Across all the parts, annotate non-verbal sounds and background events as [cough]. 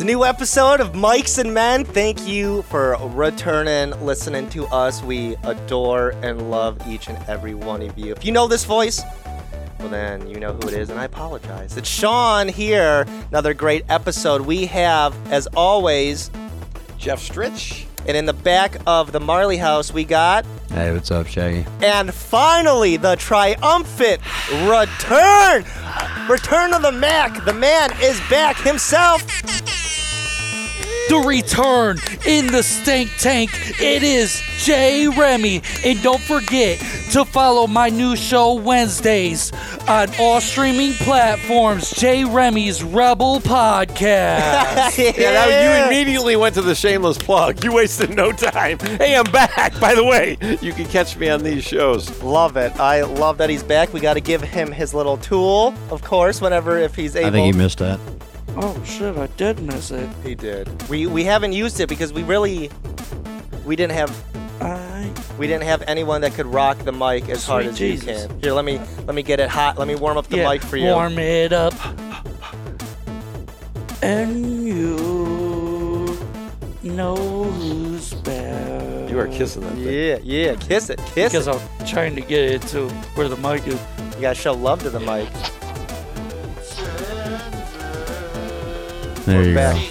a new episode of Mikes and Men. Thank you for returning, listening to us. We adore and love each and every one of you. If you know this voice, well, then you know who it is, and I apologize. It's Sean here. Another great episode. We have, as always, Jeff Stritch. and in the back of the Marley house, we got, Hey, what's up, Shaggy? and finally, the triumphant return. Return of the Mac. The man is back himself. the return in the stank tank. It is Jay Remy. And don't forget to follow my new show Wednesdays on all streaming platforms. Jay Remy's Rebel Podcast. Yeah, that- you immediately went to the shameless plug. You wasted no time. Hey, I'm back. By the way, you can catch me on these shows. Love it. I love that he's back. We got to give him his little tool, of course, whenever if he's able. I think he missed that. [laughs] oh shit, I did miss it. He did. We we haven't used it because we really we didn't have I we didn't have anyone that could rock the mic as hard Sweet as you Jesus. can. Here, let me let me get it hot. Let me warm up the yeah, mic for you. Warm it up. And you know who's bad. You are kissing that thing. Yeah, yeah. Kiss it, kiss Because it. I'm trying to get it to where the mic is. You gotta show love to the mic. There you back. go.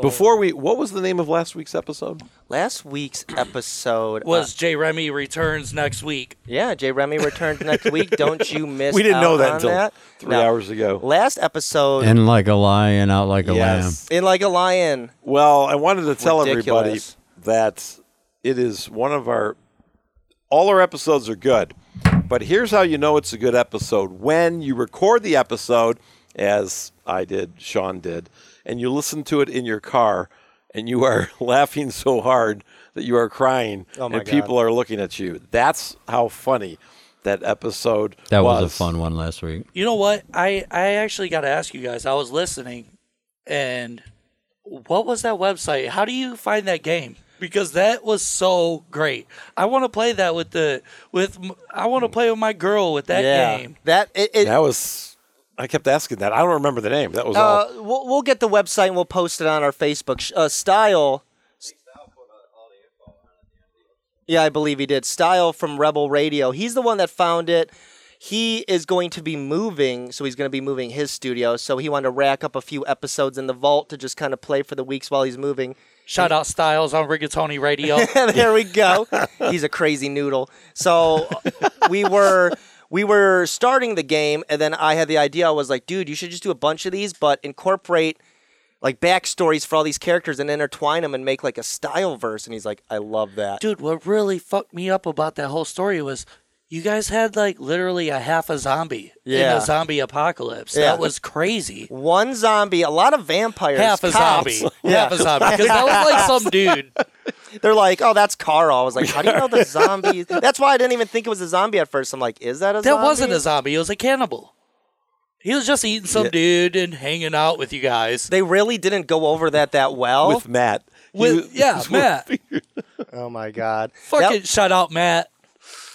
Before we, what was the name of last week's episode? Last week's episode uh, Was Jay Remy returns next week? yeah, Jay Remy returned next week. Don't [laughs] you miss? We didn't out know that on until that. three No. hours ago. Last episode In like a lion, out like a Yes. in like a lion. Well, I wanted to tell Ridiculous. everybody that it is one of our, all our episodes are good. But here's how you know it's a good episode when you record the episode, as I did, Sean did, and you listen to it in your car and you are [laughs] laughing so hard that you are crying Oh, my and God. people are looking at you. That's how funny that episode lamb. That was a fun one last week. You know what? I, I actually got to ask you guys. I was listening, and what was that website? How do you find that game? Because that was so great. I want to play that with the with. m- I want to play with my girl with that yeah, game. that it, it, That was, I kept asking that. I don't remember the name. That was all. Uh, we'll, we'll get the website and we'll post it on our Facebook. Sh- Uh, Style. Yeah, I believe he did. Style from Rebel Radio. He's the one that found it. He is going to be moving, so he's going to be moving his studio. So he wanted to rack up a few episodes in the vault to just kind of play for the weeks while he's moving. Shout out Styles on Rigatoni Radio. [laughs] there we [laughs] go. He's a crazy noodle. So we were we were starting the game, and then I had the idea. I was like, dude, you should just do a bunch of these, but incorporate like backstories for all these characters and intertwine them and make like a style verse. And he's like, I love that. dude what really fucked me up about that whole story was you guys had like literally a half a zombie Yeah. in a zombie apocalypse Yeah. that was crazy One zombie, a lot of vampires. half a cops. [laughs] zombie half a zombie because that was like some dude They're like, oh, that's Carl. I was like, how do you know [laughs] the zombie? That's why I didn't even think it was a zombie at first. I'm like, is that a that zombie? wasn't a zombie it was a cannibal he was just eating some dude and hanging out with you guys They really didn't go over that that well. with Matt. with [laughs] He- yeah matt oh my god! That- fucking shout out matt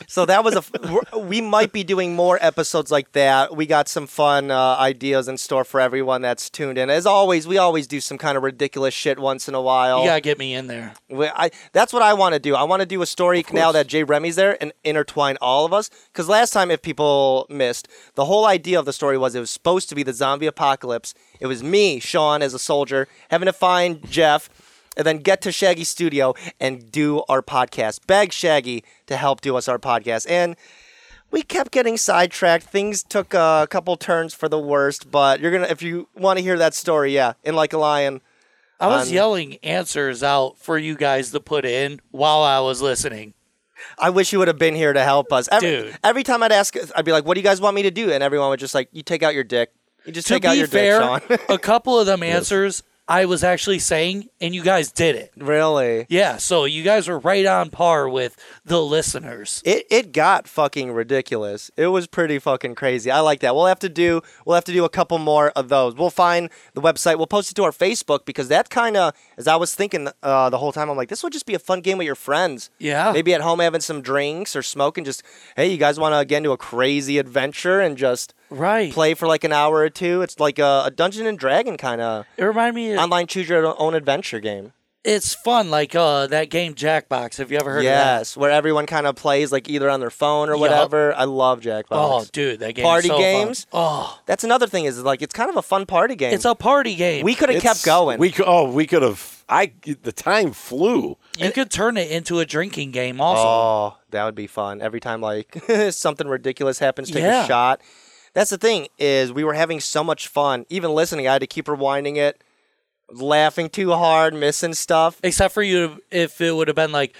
So that was a. f- we're- we might be doing more episodes like that. We got some fun uh, ideas in store for everyone that's tuned in. As always, we always do some kind of ridiculous shit once in a while. you gotta get me in there We- I, that's what I want to do. I want to do a story now that Jay Remy's there and intertwine all of us. Because last time, if people missed, the whole idea of the story was it was supposed to be the zombie apocalypse. It was me, Sean, as a soldier, having to find Jeff, and then get to Shaggy's studio and do our podcast. Beg Shaggy to help do us our podcast. And we kept getting sidetracked. Things took uh, a couple turns for the worst. But you're gonna, if you want to hear that story, yeah, in like a lion. i was yelling answers out for you guys to put in while i was listening I wish you would have been here to help us. Every, Dude. every time I'd ask, I'd be like, "What do you guys want me to do?" And everyone would just like, "You take out your dick. You just to take out be your fair, dick, Sean." [laughs] a couple of them answers I was actually saying, and you guys did it. really? Yeah, so you guys were right on par with the listeners. It it got fucking ridiculous. It was pretty fucking crazy. I like that. We'll have to do we'll have to do a couple more of those. We'll find the website. We'll post it to our Facebook because that kind of as I was thinking uh, the whole time. I'm like, this would just be a fun game with your friends. Yeah. Maybe at home having some drinks or smoking. Just hey, you guys want to again do a crazy adventure and just Right. play for like an hour or two. It's like a, a Dungeon and Dragon kind [laughs] of It reminded me. Of, online choose your own adventure game. it's fun, like uh, that game Jackbox. Have you ever heard of that? Yes, where everyone kind of plays like either on their phone or whatever. I love Jackbox. Oh, dude, that game. is Party so fun. games? Oh, That's another thing is like it's kind of a fun party game. it's a party game. we could have kept going. We could, oh, we could have. I the time flew. you could turn it into a drinking game. Also, Oh, that would be fun. Every time like [laughs] something ridiculous happens, take Yeah. a shot. That's the thing is we were having so much fun. Even listening, I had to keep rewinding it, laughing too hard, missing stuff. except for you, if it would have been like.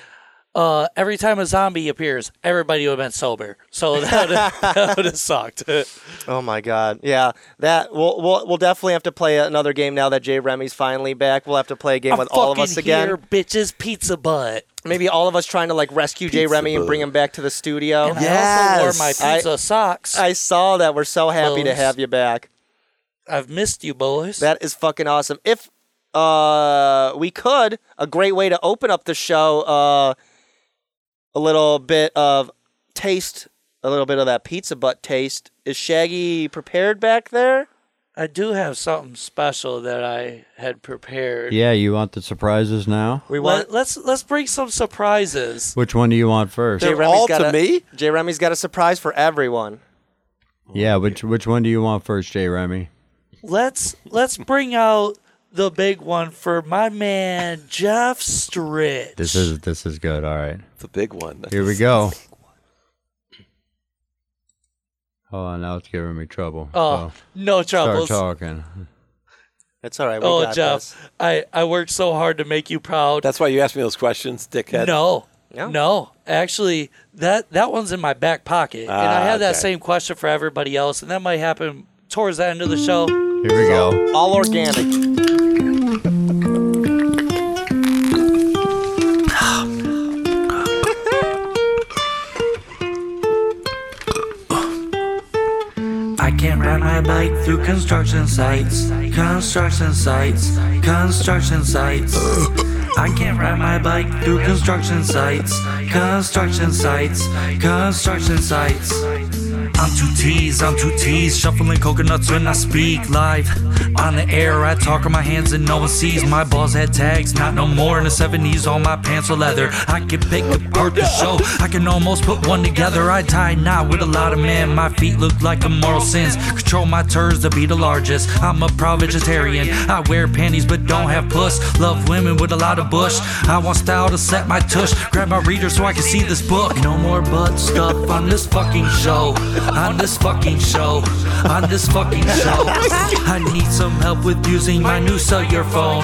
Uh, every time a zombie appears, everybody would have been sober. So [laughs] that would have sucked. [laughs] Oh my god. Yeah. That we'll we'll, we'll definitely have to play another game now that Jay Remy's finally back. We'll have to play a game I'm with all of fucking us again. here, bitches, pizza butt. Maybe all of us trying to like rescue Jay Pizza Remy and Bug. bring him back to the studio. And I also wore my Yes. pizza socks. I, Oh, I saw that. We're so happy to Bones. have you back. have missed you, boys. That is fucking awesome. If uh, we could, a great way to open up the show, uh, a little bit of taste, a little bit of that pizza butt taste. Is Shaggy prepared back there? I do have something special that I had prepared. Yeah, you want the surprises now? We Let, us let's bring some surprises. Which one do you want first? They're all to me? J Remy's got a surprise for everyone. yeah, which which one do you want first, Jay Remy? Let's let's bring out the big one for my man Jeff Stritch. This is this is good. All right, The big one. here we go. Oh, now it's giving me trouble. oh, no start troubles. talking. That's all right. We Oh, got Jeff, this. I I worked so hard to make you proud. That's why you asked me those questions, dickhead. No. No? No. Actually, that that one's in my back pocket. and I Ah, had that okay. same question for everybody else, and that might happen towards the end of the Mm. show. Here we go. All organic. I can't ride my bike through construction sites, construction sites, construction sites. I can't ride my bike through construction sites, construction sites, construction sites. I'm two T's, I'm two T's, shuffling coconuts when I speak live. On the air, I talk with my hands and no one sees. My balls had tags, not no more. In the 70s, all my pants were leather. I can pick apart the show, I can almost put one together. I tie a knot with a lot of men. My feet look like the moral sins. Control my turds to be the largest. I'm a proud vegetarian. I wear panties but don't have puss. Love women with a lot of bush. I want style to set my tush. Grab my reader so I can see this book. No more butt stuff on this fucking show. On this fucking show. On this fucking show. I need some help with using my new cellular phone.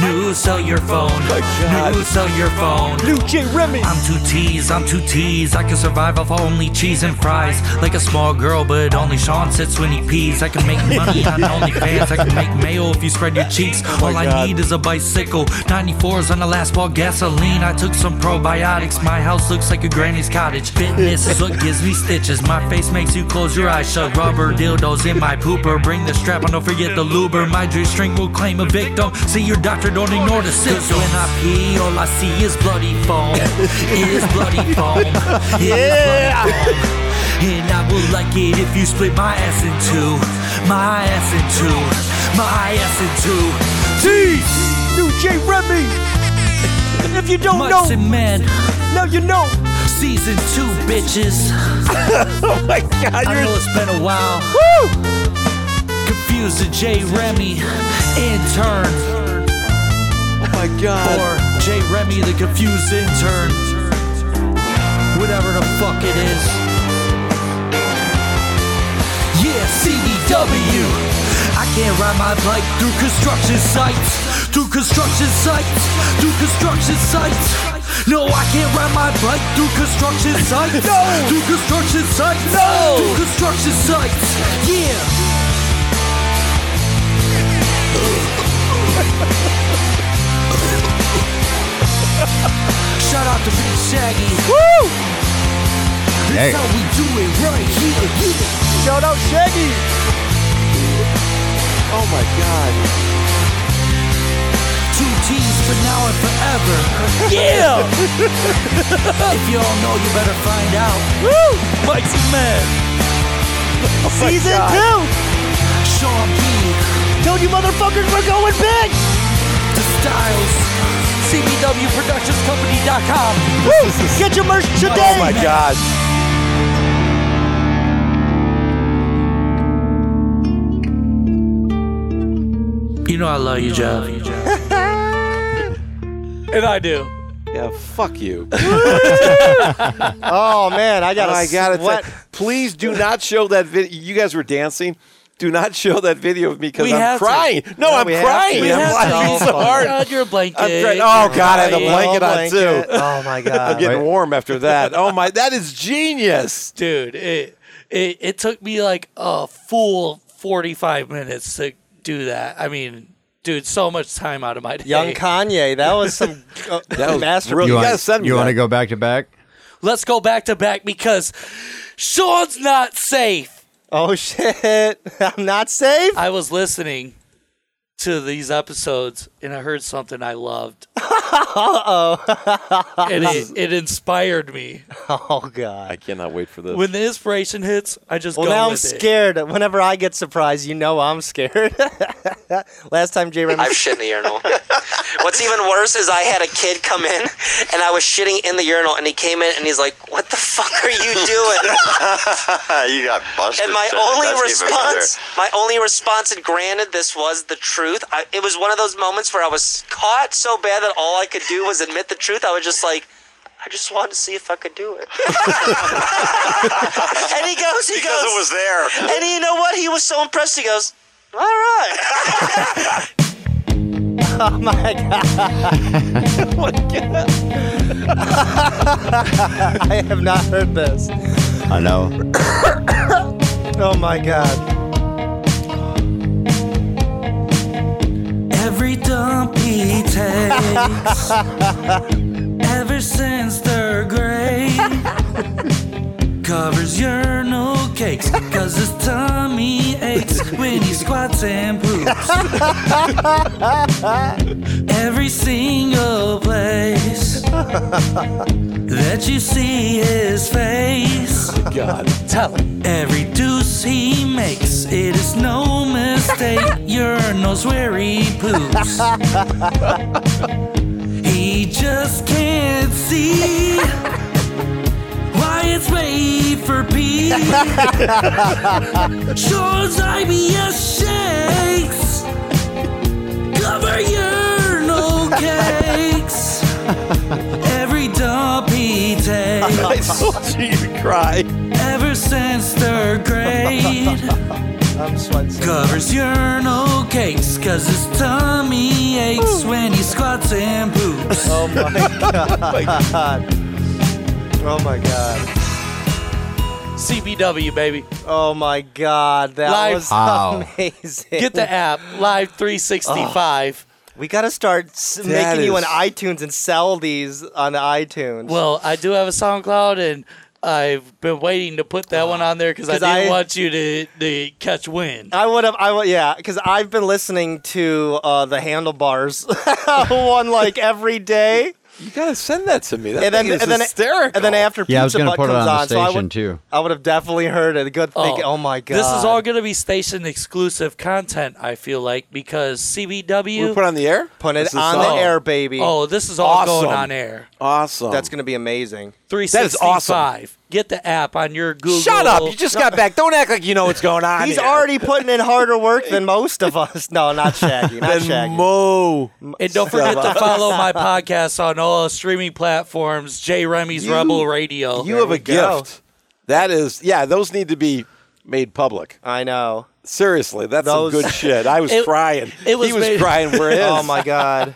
New cellular phone. New cellular phone. I'm two T's, I'm two T's. I can survive off only cheese and fries. Like a small girl, but only Sean sits when he pees. I can make money on OnlyFans. I can make mayo if you spread your cheeks. All I need is a bicycle. 94's on the last ball gasoline. I took some probiotics. My house looks like a granny's cottage. Fitness is what gives me stitches. My face makes you close your eyes shut. Rubber dildos in my pooper. Bring the strap and don't forget the luber. My G string will claim a victim. See your doctor, don't ignore the symptoms. When I pee, all I see is bloody foam. It is bloody [laughs] foam. It is bloody foam. And I will like it if you split my ass in two. My ass in two. My ass in two. Tease! New J Remy! And if you don't Mutts know, and men. now you know. Season two, bitches. [laughs] Oh my God, I you're know it's been a while. Confused to J. Remy, intern. Oh my God. Or J. Remy, the confused intern. Whatever the fuck it is. Yeah, CDW. I can't ride my bike through construction sites. Through construction sites. Through construction sites. No, I can't ride my bike through construction sites. no. Through construction sites. No. Through construction sites. Yeah. Shout out to Big Shaggy. Woo! Hey. That's how we do it right here. Yeah. Shout out Shaggy! Oh my God. Two T's for now and [laughs] forever. Oh Yeah! if you don't know, you better find out. Woo! Mike's a man. Season God. two. Sean B, Told you motherfuckers we're going big. the Styles, CBWProductionsCompany.com. Woo! Get your merch today. Oh my God. You know I love you, [laughs] Jeff. And I do. Yeah, [laughs] fuck you. Oh man, I got I gotta sweat. tell, please do not show that video. You guys were dancing. Do not show that video of me because We I'm have to. crying. No, I'm we have crying. to. We I'm have to. laughing so Oh, hard. God, your blanket. I'm crying. Oh God, I had a Crying. blanket on Blanket. too. Oh my god. [laughs] [laughs] I'm getting warm after that. Oh my, that is genius. Dude, it, it it took me like a full 45 minutes to do that. I mean, dude, so much time out of my day. Young Kanye, that was some uh, was masterpiece. You want- gotta send me you want that. to go back to back? Let's go back to back because Sean's not safe. Oh shit, [laughs] I'm not safe. I was listening to these episodes and I heard something I loved. Uh-oh. and it, it inspired me. Oh god. I cannot wait for this. When the inspiration hits, I just Well, go now I'm with it. scared. Whenever I get surprised, you know I'm scared. [laughs] Last time J. Remy I've shit in the urinal. [laughs] What's even worse is I had a kid come in and I was shitting in the urinal and he came in and he's like, What the fuck are [laughs] you doing? you got busted. And my sir. only That's even better. response, my only response, and granted this was the truth, I, it was one of those moments where I was caught so bad that all I could do was admit the truth. I was just like, I just wanted to see if I could do it. [laughs] and he goes, he Because goes, it was [laughs] there. and you know what? He was so impressed. He goes, all right. [laughs] Oh, I have not heard this. I know. Oh my god. Every dump he takes Ever since third grade Covers urinal cakes Cause his tummy aches When he squats and poops Every single place That you see his face God, Tell him. Every deuce he makes, it is no mistake. Urinals where he poops. he just can't see why it's made for pee. Sean's IBS shakes cover urinal cakes. Every dump he takes. I told you you'd Oh, cry. Ever since third grade, [laughs] I'm sweating. covers urinal cakes, cause his tummy aches when he squats and poops. Oh my god. Oh my god. CBW, baby. Oh my god. That Live- was [laughs] [laughs] Wow. amazing. Get the app, Live 365. We gotta start s- That making you on is- iTunes and sell these on iTunes. Well, I do have a SoundCloud, and I've been waiting to put that one on there because I 'Cause didn't I- Oh, want you to, to catch wind. I would have, I would, yeah, because I've been listening to uh, the handlebars [laughs] one like every day, You gotta send that to me. That and then thing is and then hysterical. and then after Yeah, I was Pizza gonna Butt put it comes on the so I station would, too. I would have definitely heard it. Good thing. Oh, my god, This is all going to be station exclusive content, I feel like, because CBW. we put on the air. Put it This is on awesome. the air, baby. oh, this is all going Awesome. on air. Awesome. that's gonna be amazing. 365. awesome. Get the app on your Google. Shut up! You just got back. Don't act like you know what's going on. He's here. [laughs] already putting in harder work than most of us. No, not Shaggy, not Then Shaggy. Mo. and don't forget to follow my podcast on all streaming platforms. J. Remy's You- Rebel Radio. You have we a go. gift. That is, yeah, those need to be made public. I know. Seriously, that's Those- some good shit. [laughs] I was It- crying. it was he was made- crying [laughs] for his. Oh my god.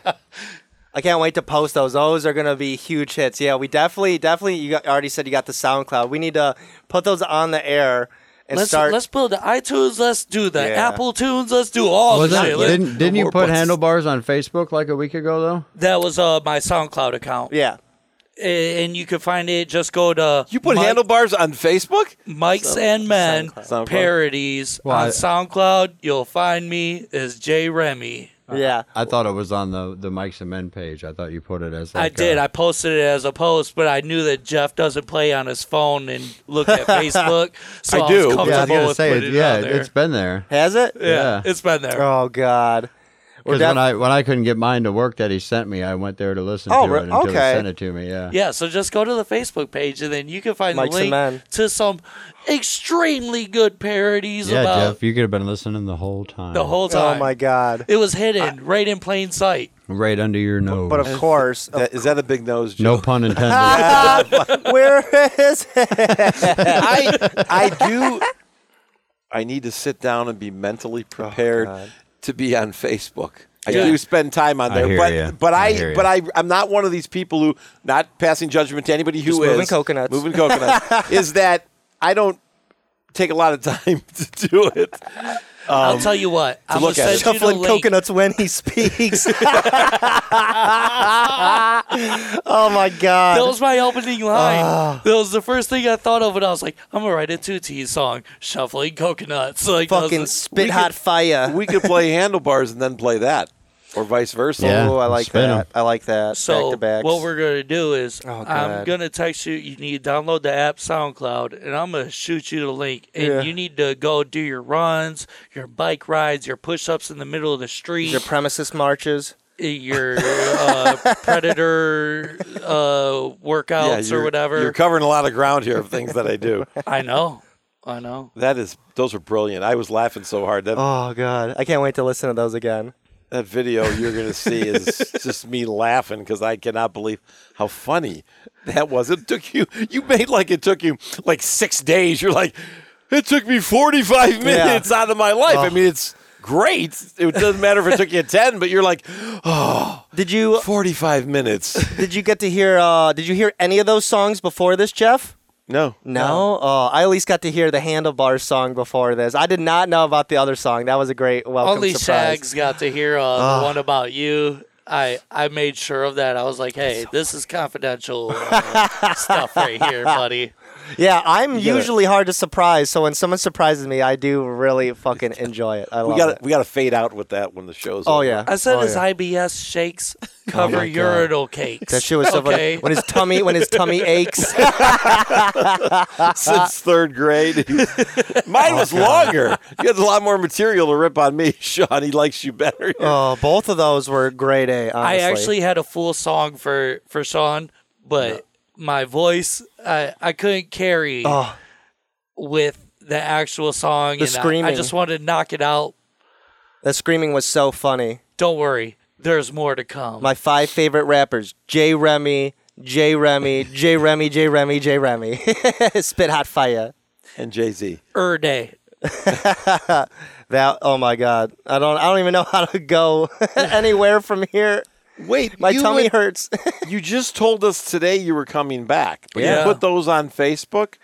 I can't wait to post those. Those are gonna be huge hits. Yeah, we definitely, definitely. You got, already said you got the SoundCloud. We need to put those on the air and Let's, start. let's build the iTunes. Let's do the Yeah. Apple Tunes. Let's do all the Wasn't, shit. Let- didn't didn't you more put buttons. handlebars on Facebook like a week ago though? That was uh, my SoundCloud account. yeah, A- And you can find it. Just go to You put Mike- handlebars on Facebook? Mike's and Men SoundCloud. parodies Well, on I- SoundCloud. You'll find me as Jay Remy. yeah. I thought it was on the the Mike's and Men page. I thought you put it as. I like, did. uh, I posted it as a post, but I knew that Jeff doesn't play on his phone and look [laughs] at Facebook. So I I, do. Yeah, I Was was comfortable yeah, I was gonna with say, it, putting it yeah, out there. it's been there. Has it? yeah, yeah. it's been there. Oh God. We're Because def- when I when I couldn't get mine to work that he sent me, I went there to listen Oh, to re- it until okay. he sent it to me. Yeah. Yeah, so just go to the Facebook page and then you can find Mike's the the man. link to some extremely good parodies Yeah, about Jeff, you could have been listening the whole time. the whole time. oh my God. It was hidden right in plain sight. right under your Oh, nose. But of course, uh, That, is that a big nose? Joe? no pun intended. where [laughs] is it? [laughs] I I do. I need to sit down and be mentally Oh, prepared to be on Facebook. I Yeah. do spend time on I there, hear but ya. but I I, hear ya. but I I'm not one of these people who not passing judgment to anybody who is Just moving coconuts. [laughs] Moving coconuts is that I don't take a lot of time [laughs] to do it. Um, I'll tell you what. I'm look gonna at it. send you the Shuffling link. coconuts when he speaks. [laughs] oh my God. That was my opening line. Ah. that was the first thing I thought of when I was like, I'm gonna write a two T song, shuffling coconuts. Like that was Fucking the- spit hot fire. We could play handlebars and then play that, or vice versa. Yeah. oh, I like spin 'em. that. I like that. back So to back. what we're gonna do is Oh, I'm God. gonna text you. You need to download the app SoundCloud, and I'm gonna shoot you the link. And Yeah. you need to go do your runs, your bike rides, your push-ups in the middle of the street, eh, your premises marches. your uh, [laughs] predator uh, workouts you're- or whatever. You're covering a lot of ground here of things that I do. I know, I know. That is, those are brilliant. I was laughing so hard. That Oh God, I can't wait to listen to those again. that video you're going to [laughs] see is just me laughing because I cannot believe how funny that was. It took you, you made like it took you like six days. You're like, it took me 45 minutes out of my life. I mean, it's great. It doesn't matter if it took you 10, but you're like, Did [laughs] you 45 minutes. did you get to hear? Uh, did you hear any of those songs before this, Jeff? No. [laughs] No. Oh, I at least got to hear the Handlebars song before this. I did not know about the other song. That was a great welcome Only surprise. Shags got to hear uh, Ah. the one about you. I, I made sure of that. I was like, hey, this is confidential [laughs] uh, stuff right here, buddy. Yeah, I'm usually hard to surprise, so when someone surprises me, I do really fucking enjoy it. I love We got it. to we got to fade out with that when the show's Oh over. yeah. I said oh, his yeah. Oh IBS shakes [laughs] cover my God. urinal cakes. That shit was so Okay. funny. When his tummy, when his tummy aches. [laughs] [laughs] since [laughs] third grade. Mine Oh, was longer. You had a lot more material to rip on me, [laughs] Sean. He likes you better. oh, both of those were grade A. Honestly. I actually had a full song for, for Sean, but my voice, I, I couldn't carry Oh. with the actual song. The and I- I, screaming. just wanted to knock it out. that screaming was so funny. Don't worry, there's more to come. My five favorite rappers: J. Remy, J. Remy, J. Remy, J. Remy, J. Remy. [laughs] Spit hot fire. And Jay Z. er day. That. Oh my God. I don't. I don't even know how to go [laughs] anywhere from here. Wait, My you tummy would- hurts. [laughs] You just told us today you were coming back, but Yeah. you put those on Facebook.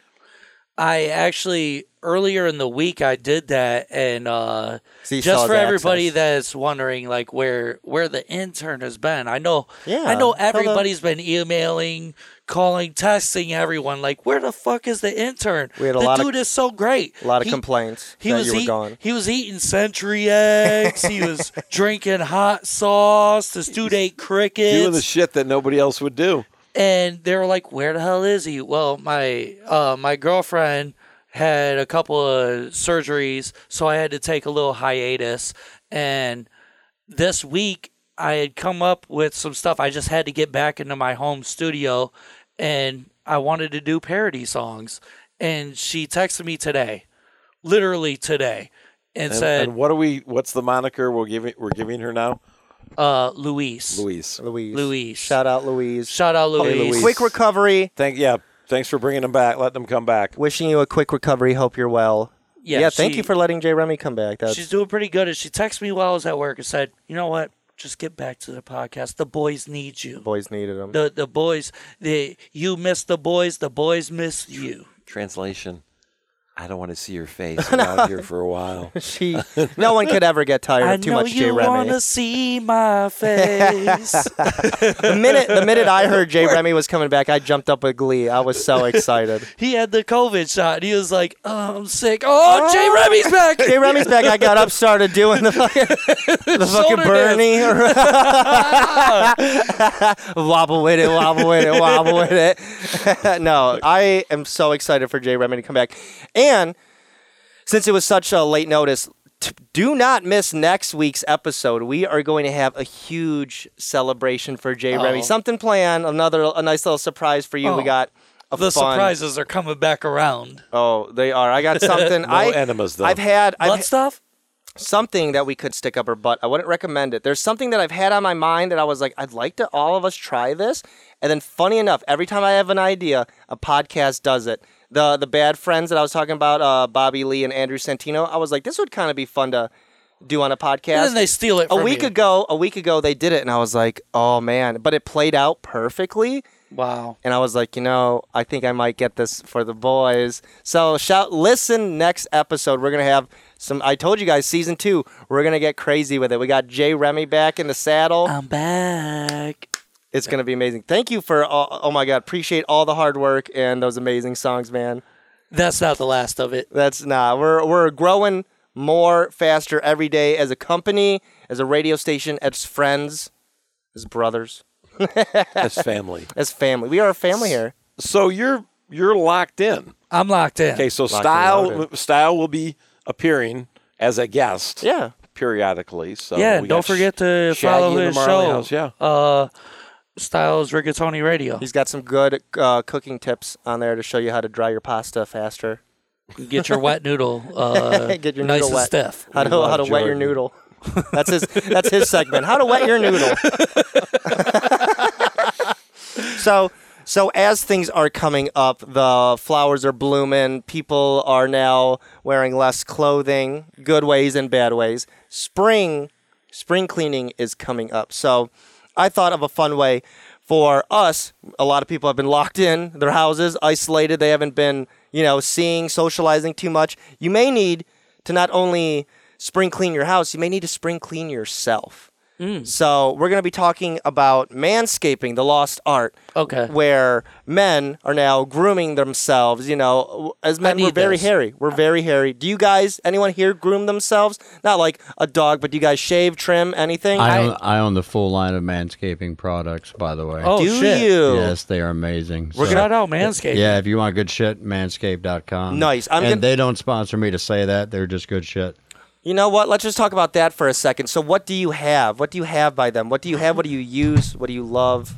I actually earlier in the week I did that, and uh, So you just saw for the everybody access. that's wondering, like where where the intern has been, I know, Yeah, I tell know them. everybody's been emailing, calling, texting everyone, like where the fuck is the intern? We had a the lot of- dude is so great. A lot of He- complaints He that was you were eat- gone. he was eating century eggs. he [laughs] was drinking hot sauce. This dude ate crickets Doing the shit that nobody else would do. and they were like, "Where the hell is he?" Well, my uh, my girlfriend had a couple of surgeries, so I had to take a little hiatus. And this week, I had come up with some stuff. I just had to get back into my home studio, and I wanted to do parody songs. And she texted me today, literally today, and, And, said, and what are we? What's the moniker we're giving? We're giving her now, uh, "Luis, Louise. Louise. Louise. Shout out, Louise. shout out, Luis." Luis. Quick recovery. Thank yeah. Thanks for bringing them back. Let them come back. Wishing you a quick recovery. Hope you're well. Yeah, thank she- you for letting J. Remy come back. That's She's doing pretty good. And she texted me while I was at work and said, "You know what? Just get back to the podcast. The boys need you. boys needed him. The the boys, the you miss the boys. The boys miss you." Translation. I don't want to see your [laughs] face. I'm out here for a while. [laughs] She, no one could ever get tired I of too know much Jay you Remy. wanna see [laughs] my face. The minute the minute I heard Jay Remy was coming back, I jumped up with glee. I was so excited. he had the COVID shot. And he was like, "Oh, I'm sick. Oh, Jay [laughs] Remy's back. Jay Remy's back. I got up, started doing the fucking, the fucking Shoulder Bernie. [laughs] wobble with it, wobble with it, [laughs] wobble with it. no, I am so excited for Jay Remy to come back. And since it was such a late notice, t- do not miss next week's episode. We are going to have a huge celebration for Jay Remy. Something planned, another a nice little surprise for you. We Oh. got a The fun- surprises are coming back around. Oh, they are. I got something. I, enemas, though. I've had. I've, Blood stuff? something that we could stick up our butt. I wouldn't recommend it. There's something that I've had on my mind that I was like, I'd like to all of us try this. And then, funny enough, every time I have an idea, a podcast does it. The the bad friends that I was talking about, uh, Bobby Lee and Andrew Santino, I was like, this would kind of be fun to do on a podcast. And then they steal it. a From week you. ago, a week ago they did it, and I was like, oh man! But it played out perfectly. Wow. And I was like, you know, I think I might get this for the boys. So shout, listen next episode. We're gonna have some. I told you guys, season two. We're gonna get crazy with it. We got Jay Remy back in the saddle. I'm back. it's gonna be amazing. Thank you for. All, oh my God, appreciate all the hard work and those amazing songs, man. That's not the last of it. That's nah. We're we're growing more faster every day as a company, as a radio station, as friends, as brothers, That's family. as family. We are a family here. So you're you're locked in. I'm locked in. Okay, so and style loaded. style will be appearing as a guest. Yeah. periodically. So yeah, Oh, we don't got forget to Sh- Shaggy follow and the his Marley show. House, Yeah, Uh, Styles Rigatoni Radio. He's got some good uh, cooking tips on there to show you how to dry your pasta faster. Get your wet noodle. Uh, Get your nice noodle and wet. stiff. How to how to wet your Jordan. noodle. That's his that's his segment. How to wet your noodle. so so as things are coming up, the flowers are blooming. People are now wearing less clothing, good ways and bad ways. Spring spring cleaning is coming up. So I thought of a fun way for us. A lot of people have been locked in their houses, isolated. They haven't been, you know, seeing, socializing too much. You may need to not only spring clean your house, you may need to spring clean yourself. So we're going to be talking about manscaping, the lost art. Okay. Where men are now grooming themselves. You know, w- as men, we're need very this. hairy. We're very hairy. Do you guys, anyone here, groom themselves? Not like a dog, but do you guys shave, trim, anything? I own, I own the full line of manscaping products, by the way. Oh, do shit. you? yes, they are amazing. We're So- gonna out Manscaped. Yeah, if you want good shit, manscaped.com. Nice. I'm and gonna- they don't sponsor me to say that. They're just good shit. You know what? Let's just talk about that for a second. So, what do you have? What do you have by them? What do you have? What do you use? What do you love?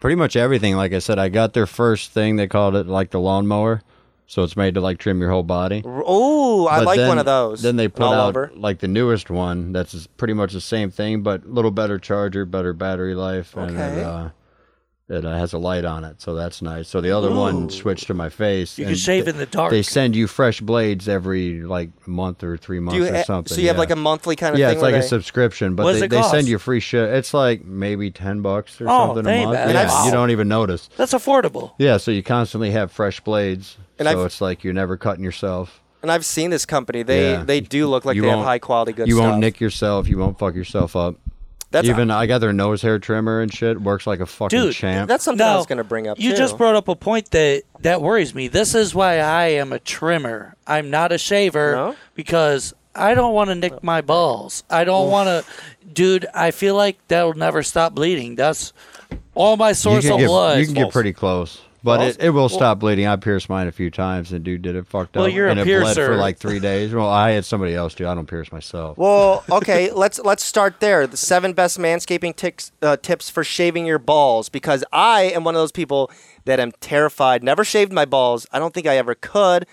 Pretty much everything. Like I said, I got their first thing. They called it like the lawnmower. So it's made to like trim your whole body. Oh, I But like then- one of those. Then they put all out over. like the newest one. That's is pretty much the same thing, but a little better charger, better battery life, and Okay. it, uh, it uh, has a light on it, so that's nice. So the other one switched to my face. You can and shave th- in the dark. They send you fresh blades every like month or three months Do you or ha- something. so you have yeah. like a monthly kind of yeah, thing. it's like where a they- subscription, What but does they, it they cost? send you free shit. It's like maybe ten bucks or Oh, something they a month. bad. And Yeah, I've s- you don't even notice. That's affordable. Yeah, so you constantly have fresh blades, And so I've- it's like you're never cutting yourself. and I've seen this company. They Yeah. they do look like You they have won't- high quality good you stuff. won't nick yourself. You won't fuck yourself up. That's Even I got their nose hair trimmer and shit. Works like a fucking Dude, champ. that's something I Now, was gonna bring up. You too. just brought up a point that that worries me. This is why I am a trimmer. I'm not a shaver No? because I don't want to nick my balls. I don't want to, dude. I feel like that'll never stop bleeding. That's all my you source can, of get, blood. you can get pretty close, but Balls? it, it will stop bleeding. I pierced mine a few times, and dude did it fucked Well, up. you're a and it bled piercer. for like three days. Well, I had somebody else do. I don't pierce myself. Well, okay, [laughs] let's let's start there. The seven best manscaping tics, uh, tips for shaving your balls, because I am one of those people that am terrified. Never shaved my balls. I don't think I ever could.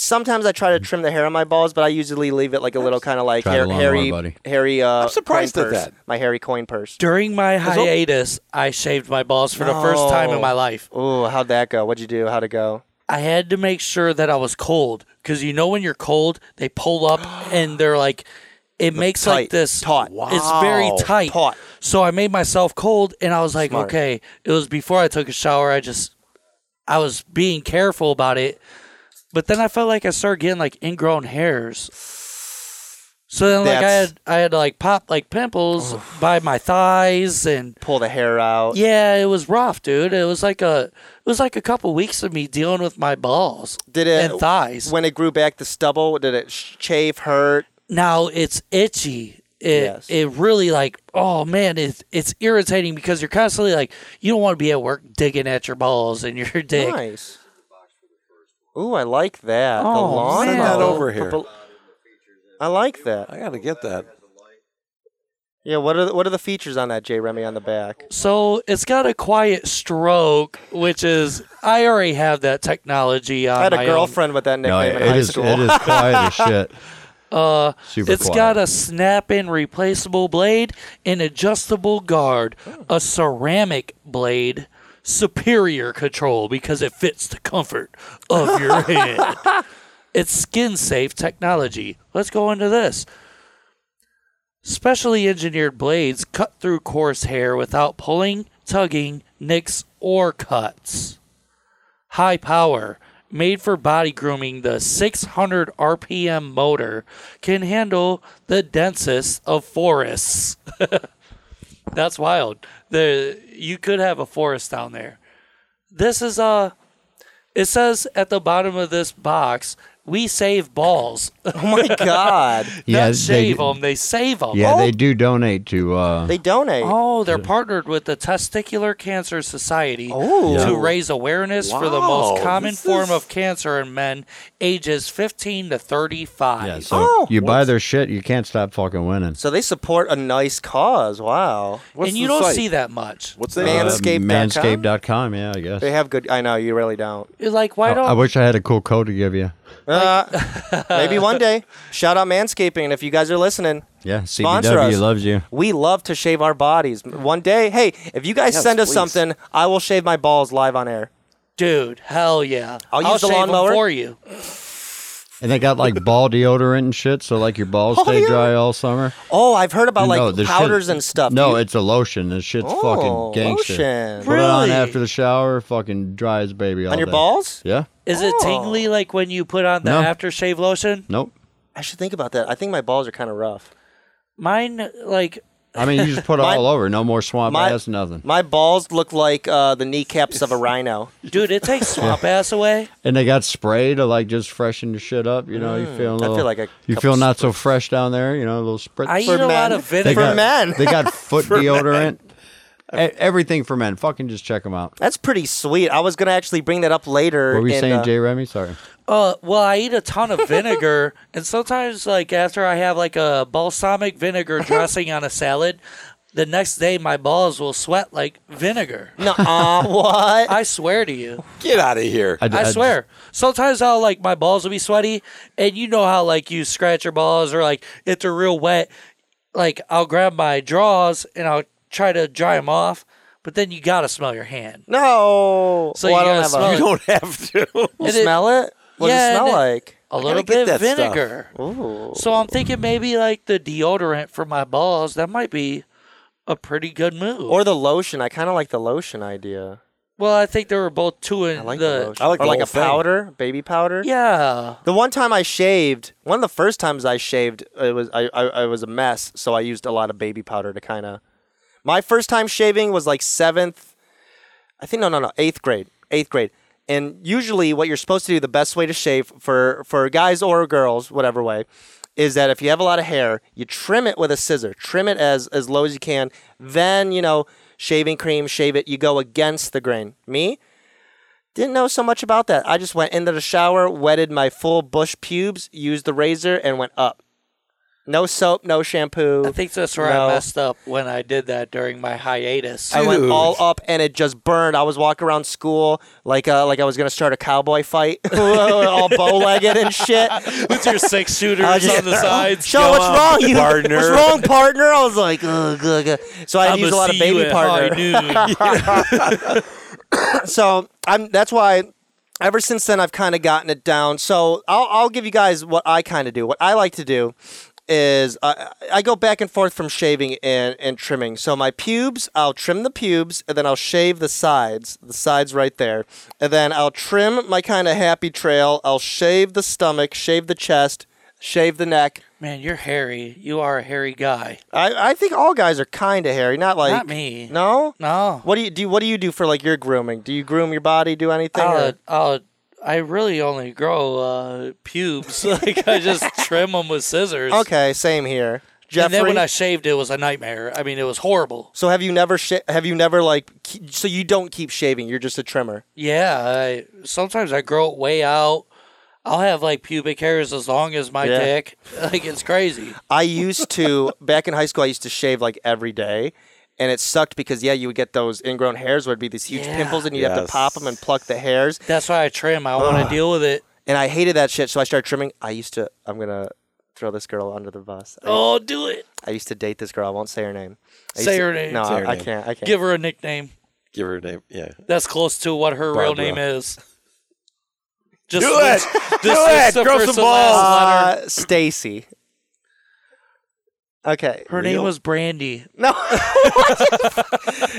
Sometimes I try to trim the hair on my balls, but I usually leave it like a little kind of like Try the hair, lawnmower, hairy, buddy. hairy. Uh, I'm surprised coin at purse. that. My hairy coin purse. During my hiatus, I shaved my balls for the first time Oh. in my life. Ooh, how'd that go? What'd you do? How'd it go? I had to make sure that I was cold because you know when you're cold, they pull [gasps] up and they're like, it makes like tight, this taut. It's very Wow. tight. Taut. So I made myself cold, and I was like, Smart. okay. It was before I took a shower. I just, I was being careful about it. But then I felt like I started getting like ingrown hairs. So then like I That's- had I had like pop like pimples by my thighs and Pull the hair out. yeah, it was rough, dude. It was like a it was like a couple weeks of me dealing with my balls Did it and thighs. when it grew back the stubble? Did it sh- chafe, hurt? now it's itchy. It Yes. it really like oh man, it's it's irritating because you're constantly like you don't want to be at work digging at your balls and your [laughs] dick. Nice. Ooh, I like that. the Oh, lawn man. Send that over here. I like that. I gotta get that. Yeah, what are the, what are the features on that J Remy on the back? So it's got a quiet stroke, which is I already have that technology on I had my a own. girlfriend with that No, nickname it in high is school. it is quiet as shit. Uh, Super it's quiet. got a snap-in replaceable blade, an adjustable guard, a ceramic blade, superior control because it fits the comfort of your hand. It's skin-safe technology. Let's go into this. Specially engineered blades cut through coarse hair without pulling, tugging, nicks, or cuts high power, made for body grooming, the 600 RPM motor can handle the densest of forests. [laughs] That's wild. The you could have a forest down there. This is a. It says at the bottom of this box, we save balls. [laughs] [laughs] oh [laughs] my god. Not they, save them. They save them. yeah, they do donate to. Uh, Oh. They donate. Oh, they're partnered with the Testicular Cancer Society Oh. to raise awareness for the most Wow, common this form is- of cancer in men ages 15 to 35. yeah, so Oh. you buy their shit, you can't stop fucking winning. So they support a nice cause. Wow. What's and you the don't site? see that much. What's the Man- name? Uh, of Manscaped.com? Manscaped.com, yeah, I guess. They have good. I know you really [laughs] don't. You're Like, why I, don't I wish I had a cool code to give you. Uh, maybe one day. Shout out manscaping. And if you guys are listening, Yeah, Sponsor CBW us. loves you. we love to shave our bodies. One day, hey, if you guys Yes, send us please. something, I will shave my balls live on air. dude? Hell yeah! I'll use the shave 'em lawnmower. for you. And they got [laughs] like ball deodorant and shit, so like your balls Oh, stay yeah. dry all summer. Oh, I've heard about like the shit- powders and stuff. No, You- it's a lotion. This shit's Oh, fucking gangster. lotion. Put it on Really? after the shower, fucking dry as baby. all on your day. balls? Yeah. Is Oh. it tingly like when you put on the No. aftershave lotion? Nope. I should think about that. I think my balls are kind of rough. Mine, like, I mean, you [laughs] just put it My- all over. No more swamp my- ass. Nothing. My balls look like uh, the kneecaps [laughs] of a rhino. dude, it takes swamp ass away. and they got spray to like just freshen your shit up. You know, you feel. Mm, A I feel little, like a you couple feel not so fresh down there. You know, a little spritz. I eat a lot of They vinegar. got- men. they got foot deodorant. E- everything for men. Fucking just check them out. That's pretty sweet. I was gonna actually bring that up later. What were you in, saying, uh, Jay Remy? Sorry. Uh, well, I eat a ton of vinegar, and sometimes, like after I have like a balsamic vinegar dressing on a salad, the next day my balls will sweat like vinegar. [laughs] Nuh-uh, uh, what? I swear to you, Get out of here. d- I d- swear. Sometimes I'll like my balls will be sweaty, and you know how like you scratch your balls or like if they're real wet, like I'll grab my drawers and I'll try to dry them off, but then you gotta smell your hand. No. So Well, you I gotta don't have smell a, it. you don't [laughs] have to. Well, And it- smell it. What does Yeah, it smell and it- like? A little get bit of that stuff. vinegar. Ooh. So I'm thinking maybe like the deodorant for my balls. That might be a pretty good move. Or the lotion. I kind of like the lotion idea. well, I think they were both two in I like the, the. lotion. I like or the like whole a thing. powder, baby powder. yeah. The one time I shaved, one of the first times I shaved, it was I, I, I was a mess, so I used a lot of baby powder to kind of. My first time shaving was like seventh, I think no no no eighth grade eighth grade, and usually what you're supposed to do the best way to shave for for guys or girls whatever way, is that if you have a lot of hair you trim it with a scissor, trim it as as low as you can, then you know shaving cream shave it you go against the grain. Me, didn't know so much about that. I just went into the shower, wetted my full bush pubes, used the razor, and went up. No soap, no shampoo. I think that's where No. I messed up when I did that during my hiatus. I went Dude. all up, and it just burned. I was walking around school like uh, like I was gonna start a cowboy fight, [laughs] all bow legged and shit. With your six shooters I was just- [laughs] on the sides. Sean, what's wrong, you? partner." What's wrong, partner? I was like, ugh, ugh, ugh. so I had to I'ma use a lot of see you baby at partner. [laughs] high noon. so I'm that's why ever since then I've kind of gotten it down. So I'll I'll give you guys what I kind of do. What I like to do is I, I go back and forth from shaving and, and trimming. So my pubes, I'll trim the pubes and then I'll shave the sides, the sides right there. And then I'll trim my kind of happy trail. I'll shave the stomach, shave the chest, shave the neck. Man, you're hairy. You are a hairy guy. I, I think all guys are kind of hairy, not like Not me. No? No. What do you do what do you do for like your grooming? Do you groom your body, do anything? or- I'll, I'll, I really only grow uh, pubes. [laughs] like I just trim them with scissors. okay, same here. And Jeffrey. then when I shaved, it was a nightmare. I mean, it was horrible. so have you never sh- have you never like ke- so you don't keep shaving, you're just a trimmer. Yeah. I, sometimes I grow it way out. I'll have like pubic hairs as long as my Yeah. dick. [laughs] Like it's crazy. I used [laughs] to back in high school. I used to shave like every day, and it sucked because yeah, you would get those ingrown hairs. Would be these huge Yeah. pimples, and you'd have Yes. to pop them and pluck the hairs. That's why I trim. I want to deal with it. And I hated that shit, so I started trimming. I used to. I'm gonna throw this girl under the bus. I, Oh, do it. I used to date this girl. I won't say her name. I Say used to- her name. No, Say her I name. can't. I can't. Give her a nickname Give her a name. Yeah. that's close to what her real Barbara. name is. Just Do it. [laughs] Do it. the Grow first some and last balls. letter. uh, Stacy. Okay. [laughs] Her name was Brandy. No.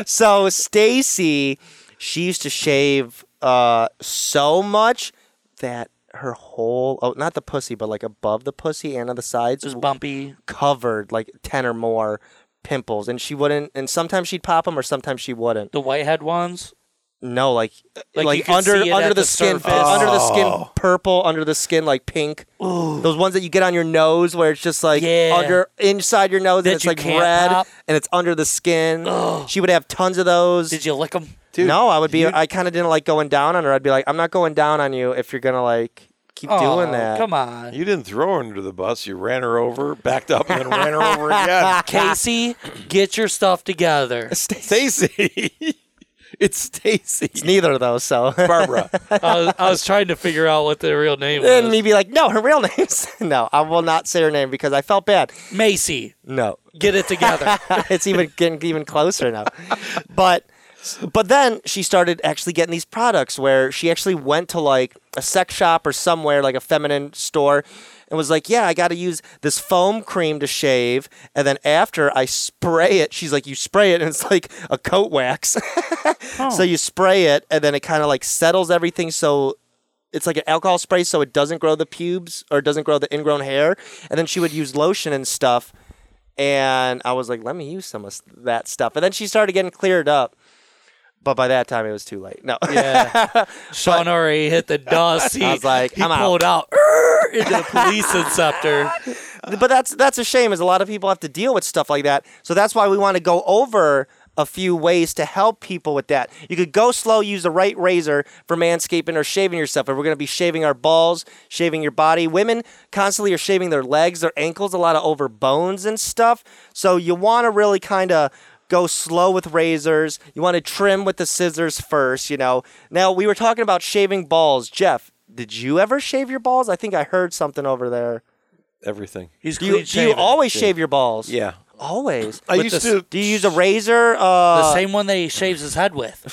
so Stacy, she used to shave uh, so much that her whole oh not the pussy but like above the pussy and on the sides It was was bumpy. covered like 10 or more pimples and she wouldn't and sometimes she'd pop them or sometimes she wouldn't The whitehead ones. no like Like like, you could under see it under at the, the skin surface. under the skin purple under the skin like pink those ones that you get on your nose where it's just like Yeah. under inside your nose That and it's you like can't red pop. and it's under the skin she would have tons of those Did you lick them? no i would be i kind of didn't like going down on her i'd be like i'm not going down on you if you're gonna like keep doing that Oh, Come on. You didn't throw her under the bus. You ran her over, backed up, and then ran her [laughs] over again. Casey, get your stuff together. Stacy. [laughs] it's Stacy. it's neither of those so [laughs] Barbara. [laughs] I, was, I was trying to figure out what the real name and was. me be like no her real name's [laughs] no i will not say her name because i felt bad Macy, no get it together. [laughs] it's even getting even closer now. But but then she started actually getting these products where she actually went to like a sex shop or somewhere like a feminine store and was like, "Yeah, I got to use this foam cream to shave." And then after I spray it, she's like, "You spray it and it's like a coat wax." [laughs] So you spray it and then it kind of like settles everything so it's like an alcohol spray so it doesn't grow the pubes or doesn't grow the ingrown hair. And then she would use lotion and stuff and I was like, let me use some of s- that stuff. And then she started getting cleared up, but by that time it was too late. No, yeah. Sean already hit [laughs] the dust. He, I was like, he I'm out. pulled out "Arr!" into the [laughs] police interceptor. but that's that's a shame. Is a lot of people have to deal with stuff like that. So that's why we want to go over a few ways to help people with that. You could go slow, use the right razor for manscaping or shaving yourself. And we're gonna be shaving our balls, shaving your body. Women constantly are shaving their legs, their ankles, a lot of over bones and stuff. So you want to really kind of go slow with razors. You want to trim with the scissors first, you know. Now, we were talking about shaving balls. Jeff, did you ever shave your balls? I think I heard something over there. Everything. He's Do you, clean do you shaven. always shave your balls? Yeah. Always. I With used the to. s- Do you use a razor? Uh, the same one that he shaves his head with.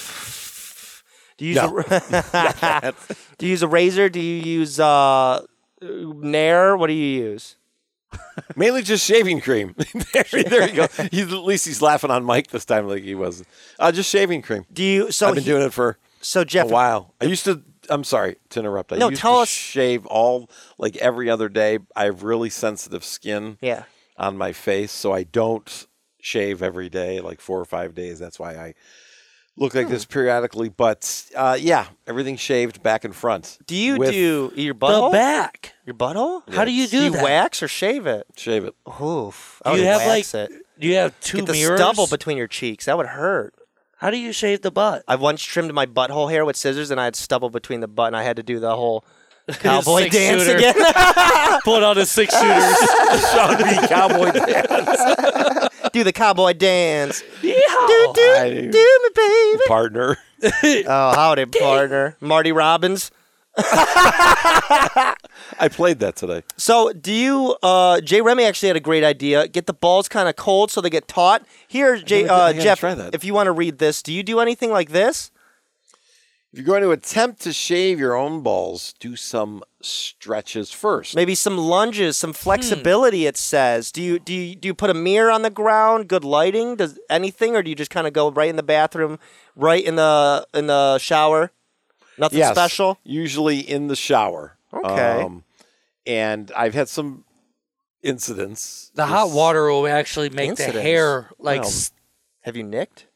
Do you use, [laughs] a, [laughs] do you use a razor? Do you use uh, Nair? What do you use? Mainly just shaving cream. [laughs] there, there you go. He's, at least he's laughing on Mike this time like he was. Uh, just shaving cream. Do you so I've been he- doing it for so a Jeff? while. I used to. I'm sorry to interrupt. I No, used tell to us- shave all like every other day. I have really sensitive skin. Yeah. on my face, so I don't shave every day, like four or five days. That's why I look like Hmm. this periodically. But uh, yeah, everything shaved back and front. Do you With- do your The butthole? back. your butthole? How do you do you that? wax or shave it? [laughs] shave it? Oof. I Do you would have like wax it. do you have two Get the mirrors? stubble between your cheeks. That would hurt. How do you shave the butt? I once trimmed my butthole hair with scissors, and I had stubble between the butt, and I had to do the whole cowboy Six dance shooter. again. [laughs] [laughs] Pulled out his six shooters. [laughs] Cowboy dance. do the cowboy dance. Yeehaw. do, do me, baby. [laughs] partner. Oh, howdy, partner. Marty Robbins. I played that today. So, do you, uh, Jay Remy actually had a great idea. Get the balls kind of cold so they get taut. Here, Jay, gotta- I uh, gotta Jeff, try that. if you want to read this, do you do anything like this? If you're going to attempt to shave your own balls, do some stretches first. Maybe some lunges, some flexibility. It says, do you do you, do you put a mirror on the ground? Good lighting, does anything, or do you just kind of go right in the bathroom, right in the in the shower? Nothing Yes, special. Usually in the shower. Um, Okay. and I've had some incidents. The hot water will actually make the Incidents. Oh. hair like Well, s- Have you nicked?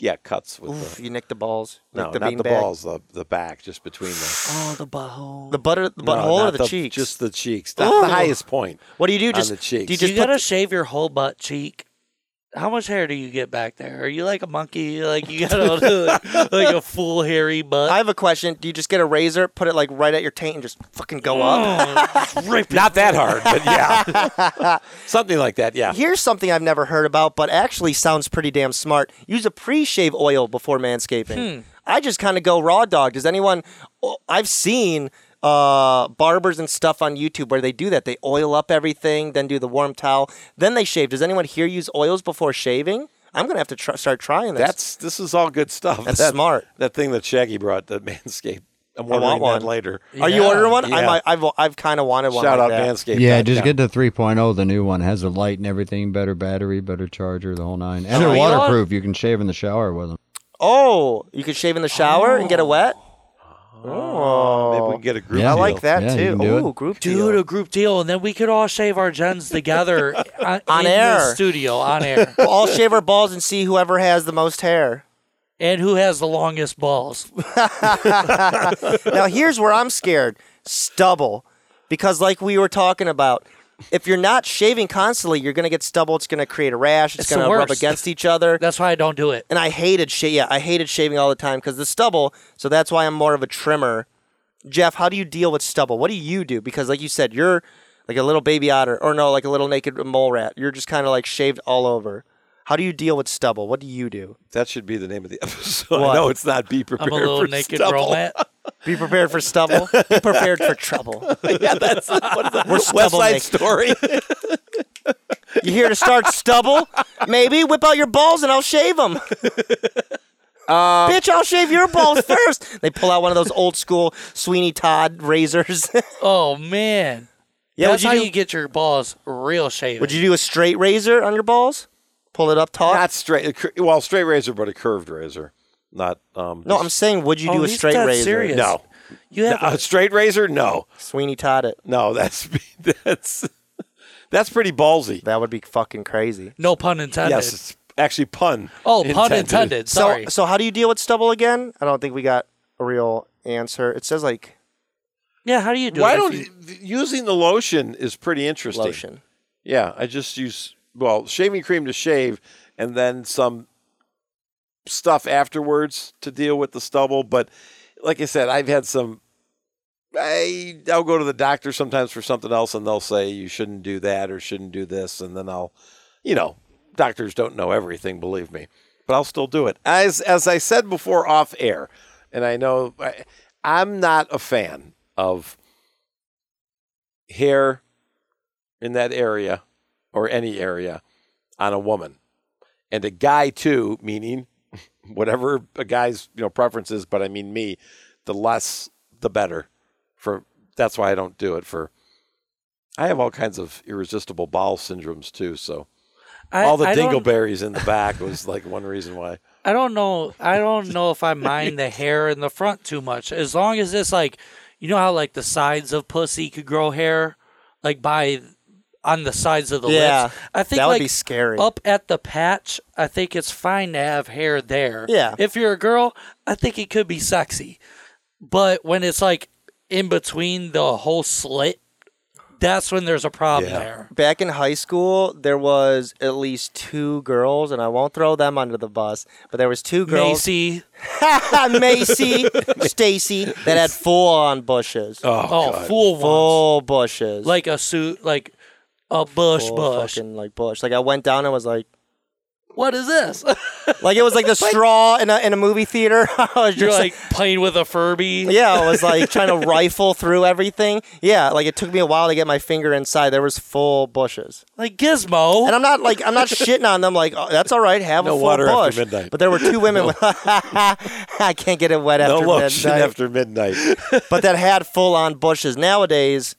Yeah, cuts with Oof, the, you nicked the balls. no, Nicked the not the beanbag. balls, the the back, just between the oh, The butter, the No, butthole, or not the, cheeks. just the cheeks, not the Ooh. highest point. what do you do? on Just the cheeks. do you you, just put gotta shave your whole butt cheek. How much hair do you get back there? Are you like a monkey? Like you got all the- [laughs] like a full hairy butt? I have a question. Do you just get a razor, put it like right at your taint, and just fucking go Mm. up? Not that hard, but yeah, [laughs] [laughs] something like that. Yeah, Here's something I've never heard about, but actually sounds pretty damn smart. Use a pre-shave oil before Hmm. manscaping. I just kind of go raw dog. Does anyone? oh, I've seen uh, barbers and stuff on YouTube where they do that. They oil up everything, then do the warm towel, then they shave. Does anyone here use oils before shaving? I'm gonna have to tr- start trying this. that's this is all good stuff. That's That- smart. That thing that Shaggy brought, the Manscaped. I'm want ordering one. that later. Are you Yeah. ordering one? I Yeah. might, I've I've kind of wanted one. Shout like out that. Manscaped. Yeah, just get the 3.0. oh, The new one has a light and everything, better battery, better charger, the whole nine. And they're you know what? waterproof. You can shave in the shower with them. Oh, you could shave in the shower and get it wet. Oh, Maybe we can get a group. Yeah. I deal. like that Yeah, you too. can do it. Ooh, group Dude, deal. a group deal, and then we could all shave our gens together on, On in the air. studio on air, [laughs] We'll all shave our balls and see whoever has the most hair. and who has the longest balls? Now here's where I'm scared: stubble, because like we were talking about, if you're not shaving constantly, you're gonna get stubble. It's gonna create a rash. It's, It's the gonna rub worst. against each other. That's why I don't do it. and I hated sha- yeah, I hated shaving all the time because the stubble. So that's why I'm more of a trimmer. Jeff, how do you deal with stubble? What do you do? Because like you said, you're like a little baby otter, or no, like a little naked mole rat. You're just kind of like shaved all over. How do you deal with stubble? What do you do? That should be the name of the [laughs] episode. What? I know it's not. Be I'm prepared a little for naked stubble. romance. Be prepared for stubble. Be prepared for trouble. [laughs] yeah, [laughs] that's what is that? West stubble Side naked. [laughs] Story. You here to start stubble? Maybe whip out your balls and I'll shave them. Uh, Bitch, I'll shave your balls first. They pull out one of those old school Sweeney Todd razors. [laughs] Oh man, yeah, that's what'd how do? you get your balls real shaved. Would you do a straight razor on your balls? Pull it up taut? not straight. a cur- Well, straight razor, but a curved razor. Not um. no, just- I'm saying, would you Oh, do a he's straight dead razor? serious. no. You have A straight razor? No, Sweeney Todd it. no. That's [laughs] that's that's pretty ballsy. That would be fucking crazy. no pun intended. Yes, it's actually pun. oh, pun intended. Sorry. So, so how do you deal with stubble again? I don't think we got a real answer. It says like yeah, how do you do Why it? if don't you- using the lotion is pretty interesting. lotion. Yeah, I just use well shaving cream to shave, and then some stuff afterwards to deal with the stubble. But like I said, I've had some. I I'll go to the doctor sometimes for something else, and they'll say you shouldn't do that or shouldn't do this, and then I'll, you know, doctors don't know everything, believe me, but I'll still do it. As as I said before off air, and I know I, I'm not a fan of hair in that area or any area on a woman and a guy too meaning [laughs] whatever a guy's you know preference is but i mean me the less the better for that's why i don't do it for i have all kinds of irresistible bowel syndromes too so I- all the I don't- dingleberries in the back was like one reason [laughs] why I don't know. I don't know if I mind the hair in the front too much. As long as it's like, you know how like the sides of pussy could grow hair, like by on the sides of the Yeah. lips. I think That would like, be scary. Up at the patch, I think it's fine to have hair there. Yeah. If you're a girl, I think it could be sexy, but when it's like in between the whole slit, that's when there's a problem Yeah. there. Back in high school, there was at least two girls, and I won't throw them under the bus, but there was two girls. Macy. [laughs] Macy, [laughs] Stacy, that had full on bushes. Oh, full ones. full bushes. Like a suit, like a bush full bush. [laughs] fucking like bush. Like I went down and was like, What is this? [laughs] Like it was like the straw in a in a movie theater. [laughs] I was You're just like playing with a Furby. [laughs] Yeah, I was like trying to rifle through everything. Yeah, like it took me a while to get my finger inside. There was full bushes, Like Gizmo. and I'm not like [laughs] I'm not shitting on them. Like oh, that's all right, have No a full water after bush. midnight. But there were two [laughs] women. With, [laughs] I can't get it wet No after lotion midnight. [laughs] after [laughs] midnight. [laughs] but that had full on bushes. Nowadays,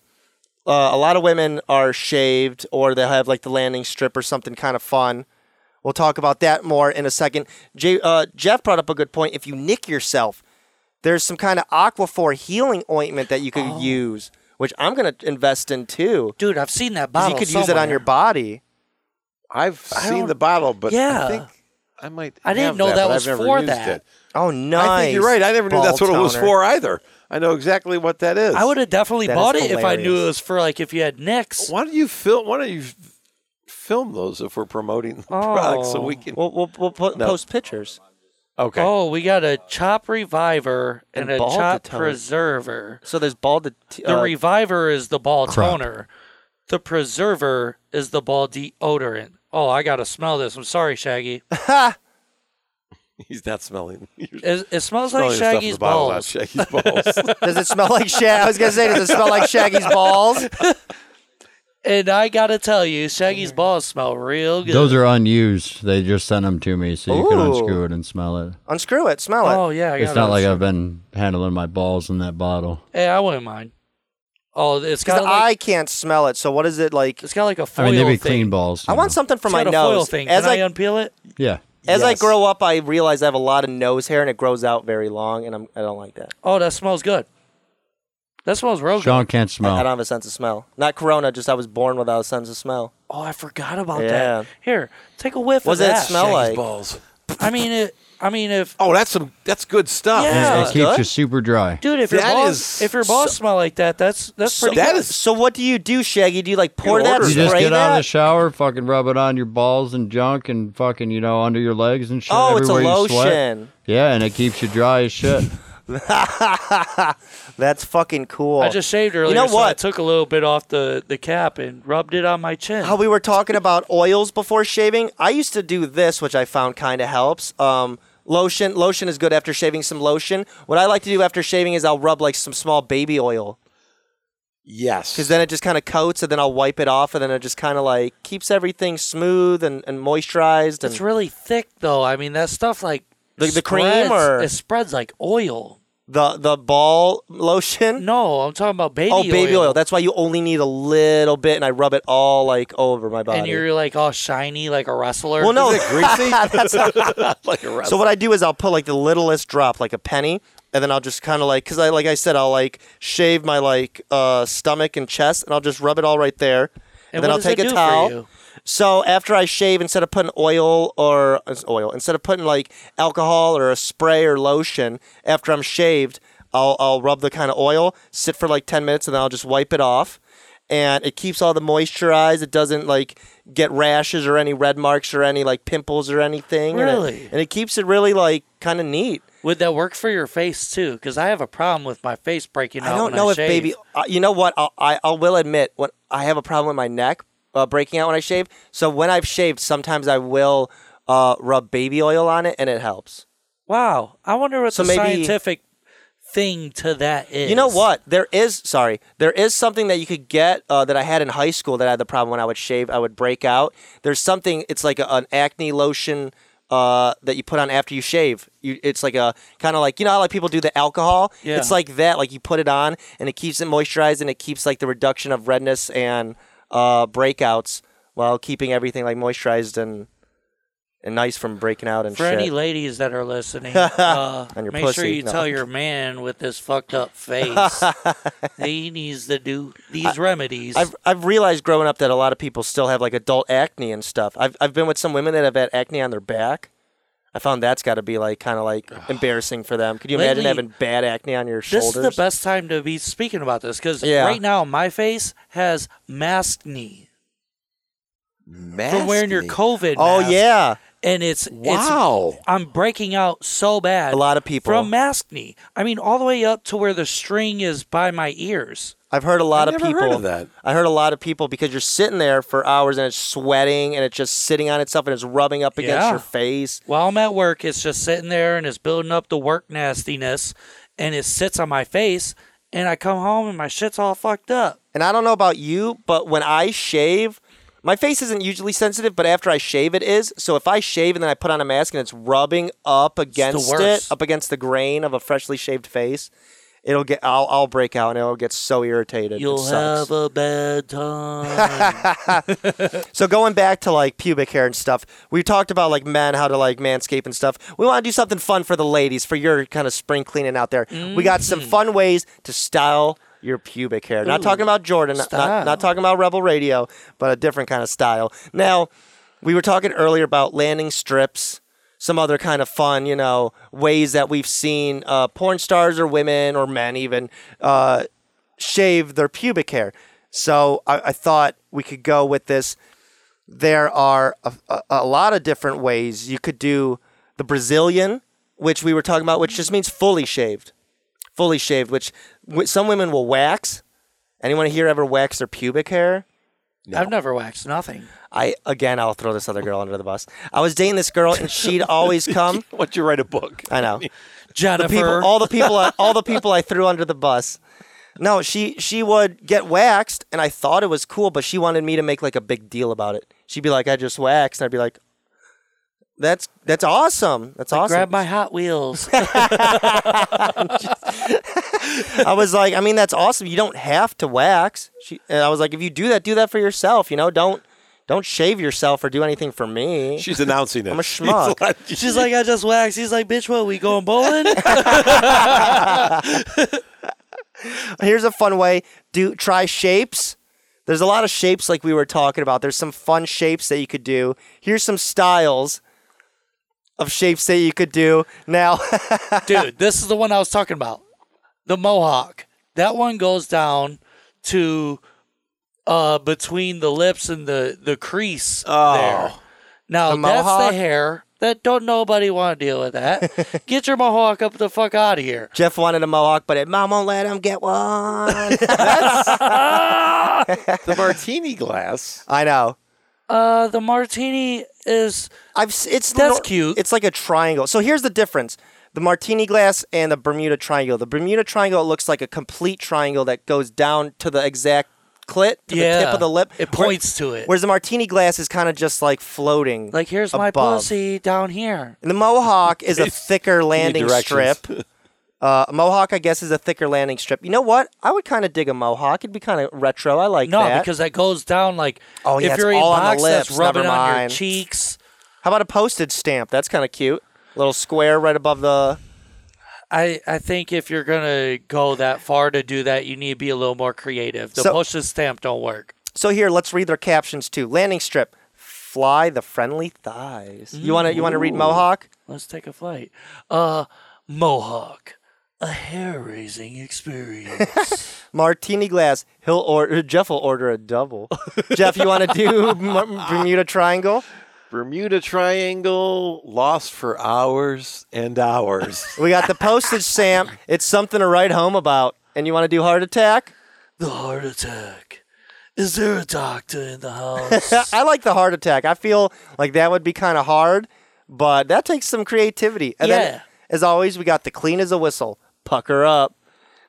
uh, a lot of women are shaved or they'll have like the landing strip or something kind of fun. We'll talk about that more in a second. J- uh, Jeff brought up a good point. If you nick yourself, there's some kind of Aquaphor healing ointment that you could Oh. use, which I'm going to invest in too. Dude, I've seen that 'Cause bottle. You could use it on somewhere. your body. I've seen the bottle, but Yeah. I think I might. I didn't have know that but was I've never for used that. it. Oh, nice. I think you're right. I never knew that's what Ball it was toner. for either. I know exactly what that is. I would have definitely That is bought it if I knew hilarious. it was for like if you had nicks. Why don't you film? Why don't you f- film those if we're promoting the product so we can? Oh. We'll, we'll, we'll put, No. post pictures. Okay. Oh, we got a chop reviver and, And a ball chop detonant. preserver. So there's ball to. The uh, reviver is the ball Crap. toner. The preserver is the ball deodorant. Oh, I gotta smell this. I'm [laughs] sorry, Shaggy. He's not smelling. [laughs] You're It, it smells smelling like the stuff in Shaggy's the bottle, not [laughs] balls. Shaggy's balls. does it smell like Shag? I was going to say, does it smell like Shaggy's balls? And I gotta tell you, Shaggy's balls smell real good. Those are unused. They just sent them to me, so you can Ooh. unscrew it and smell it. [laughs] Unscrew it. Smell it. Oh yeah, I It's gotta- not like I've been handling my balls in that bottle. Hey, I wouldn't mind. Oh, it's got Because like, I can't smell it. So what is it like? it's got like a I foil mean, they'd be thing. clean balls. I you want know. something for It's my got a foil nose. thing. As Can I, I, unpeel it? Yeah. as I Yes. grow up, I realize I have a lot of nose hair and it grows out very long, and I'm I don't like that. Oh, that smells good. That smells real good. Sean can't I- I, don't smell. have a sense of smell. Not Corona, just I was born without a sense of smell. Oh, I forgot about Yeah. that. Here, take a whiff What of does that. it smell like? balls. I mean it. I mean if Oh, that's some. That's good stuff. Yeah. And Yeah. it keeps Good. you super dry. dude, if That your balls is if your balls smell like that, that's that's So pretty. that good. is So what do you do, Shaggy? Do you like pour You that, order You spray just get that? out of the shower, fucking rub it on your balls and junk, and fucking you know under your legs and shit. oh, it's a everywhere you sweat. lotion. Yeah, and it keeps you dry as shit. [laughs] That's fucking cool. I just shaved earlier. You know so I what? took a little bit off the the cap and rubbed it on my chin. how we were talking about oils before shaving. I used to do this, which I found kind of helps. Um, lotion, lotion is good after shaving. Some lotion. What I like to do after shaving is I'll rub like some small baby oil yes. because then it just kind of coats, and then I'll wipe it off, and then it just kind of like keeps everything smooth and, and moisturized. And it's really thick though. I mean that stuff like The- the cream spreads- or- it spreads like oil. the the ball lotion. No, I'm talking about baby oh, baby oil. That's why you only need a little bit, and I rub it all like over my body. and you're like all shiny like a wrestler. well, [laughs] no, Is it [laughs] greasy? that's like a So what I do is I'll put like the littlest drop, like a penny, and then I'll just kind of like, cause I like I said, I'll like shave my like uh, stomach and chest, and I'll just rub it all right there, And and then what I'll does it take a do for towel. you? So after I shave, instead of putting oil or it's oil, instead of putting like alcohol or a spray or lotion, after I'm shaved, I'll I'll rub the kind of oil, sit for like ten minutes, and then I'll just wipe it off. And it keeps all the moisturized. It doesn't like get rashes or any red marks or any like pimples or anything. and it- Really? and it keeps it really like kind of neat. Would that work for your face too? Because I have a problem with my face breaking out. I don't when know if shave. baby. Uh, you know what? I'll, I I will admit when I have a problem with my neck uh, breaking out when I shave. So when I've shaved, sometimes I will uh, rub baby oil on it, and it helps. Wow, I wonder what So the maybe- scientific thing to that is. You know what? There is sorry, there is something that you could get uh, that I had in high school that I had the problem when I would shave, I would break out. There's something. It's like a, an acne lotion. Uh, that you put on after you shave. You, it's like a kind of like you know how like people do the alcohol. Yeah. It's like that. Like you put it on and it keeps it moisturized and it keeps like the reduction of redness and uh, breakouts while keeping everything like moisturized and and nice from breaking out and For shit. any ladies that [laughs] are listening, uh, On your make sure pussy, you no. tell your man with this [laughs] fucked up face he needs to do these remedies. I've I've realized growing up that a lot of people still have like adult acne and stuff. I've I've been with some women that have had acne on their back. I found that's got to be like kind of like embarrassing for them. Could you imagine Lately- having bad acne on your this shoulders? is the best time to be speaking about this because Yeah. right now my face has masked knee. Masking. from wearing your COVID. Oh mask, yeah. and it's Wow. It's, I'm breaking out so bad. A lot of people. from mask knee. I mean, all the way up to where the string is by my ears. I've heard a lot I of never people. heard of [laughs] that. I heard a lot of people because you're sitting there for hours and it's sweating and it's just sitting on itself and it's rubbing up against Yeah. your face. While I'm at work, it's just sitting there and it's building up the work nastiness, and it sits on my face. And I come home and my shit's all fucked up. And I don't know about you, but when I shave, my face isn't usually sensitive, but after I shave, it is. So if I shave and then I put on a mask and it's rubbing up against it, worst. up against the grain of a freshly shaved face, it'll get. I'll, I'll break out and it'll get so irritated. it You'll sucks. have a [laughs] bad time. So going back to like pubic hair and stuff, we talked about like men how to like manscape and stuff. We want to do something fun for the ladies for your kind of spring cleaning out there. We got some fun ways to style your pubic hair. Not talking about Jordan, not, not, not talking about Rebel Radio, but a different kind of style. Now, we were talking earlier about landing strips, some other kind of fun, you know, ways that we've seen uh, porn stars or women or men even uh, shave their pubic hair. So I, I thought we could go with this there are a, a, a lot of different ways you could do the Brazilian, which we were talking about, which just means fully shaved, fully shaved. Which w- some women will wax. Anyone here ever wax their pubic hair? I've never waxed nothing. I again, I'll throw this other girl under the bus. I was dating this girl, and she'd always come. What you write a book? I know. Jennifer, the people, all the people, I, all the people I threw under the bus. No, she she would get waxed, and I thought it was cool, but she wanted me to make like a big deal about it. She'd be like, "I just waxed," and I'd be like, "That's that's awesome. That's awesome." grab my Hot Wheels. [laughs] I was like, "I mean, that's awesome. You don't have to wax." She, and I was like, "If you do that, do that for yourself. You know, don't don't shave yourself or do anything for me." She's announcing it. I'm a [laughs] schmuck. She's like, I just waxed. He's like, bitch, what, we going bowling? Here's a fun way: do try shapes. There's a lot of shapes like we were talking about. There's some fun shapes that you could do. Here's some styles of shapes that you could do. Now, [laughs] Dude, this is the one I was talking about. The mohawk. That one goes down to uh, between the lips and the, the crease there. Now, Oh. The that's mohawk? the hair that don't nobody want to deal [laughs] with that. Get your mohawk up the fuck out of here. Jeff wanted a mohawk, but it, mom won't let him get [laughs] one. the martini glass. I know. Uh, the martini is I've s- it's That's nor- cute. It's like a triangle. So here's the difference: the martini glass and the Bermuda Triangle. The Bermuda Triangle looks like a complete triangle that goes down to the exact clit, to yeah, the tip of the lip. It Where- points to it. Whereas the martini glass is kind of just like floating. like here's my above. pussy down here. And the mohawk [laughs] is a thicker landing directions. strip. Uh, a mohawk, I guess, is a thicker landing strip. You know what? I would kind of dig a mohawk. It'd be kind of retro. I like No, that. because that goes down like Oh, yeah, if it's you're all in on the box, that's lips, rubbing never on your mind. cheeks. how about a postage stamp? That's kind of cute. Little square right above the. I, I think if you're gonna go that far to do that, you need to be a little more creative. The So- push and stamp don't work. So here, let's read their captions too. Landing strip, fly the friendly thighs. You wanna you wanna read Mohawk? Let's take a flight. Uh, Mohawk, a hair-raising [laughs] experience. Martini glass. He'll order. Jeff will order a double. [laughs] Jeff, you wanna do M- Bermuda Triangle? Bermuda Triangle, lost for hours and hours. We got the postage stamp. It's something to write home about. And you wanna do heart attack? the heart attack. Is there a doctor in the house? I like the heart attack. I feel like that would be kind of hard, but that takes some creativity. And Yeah. then, as always, we got the clean as a whistle, pucker up.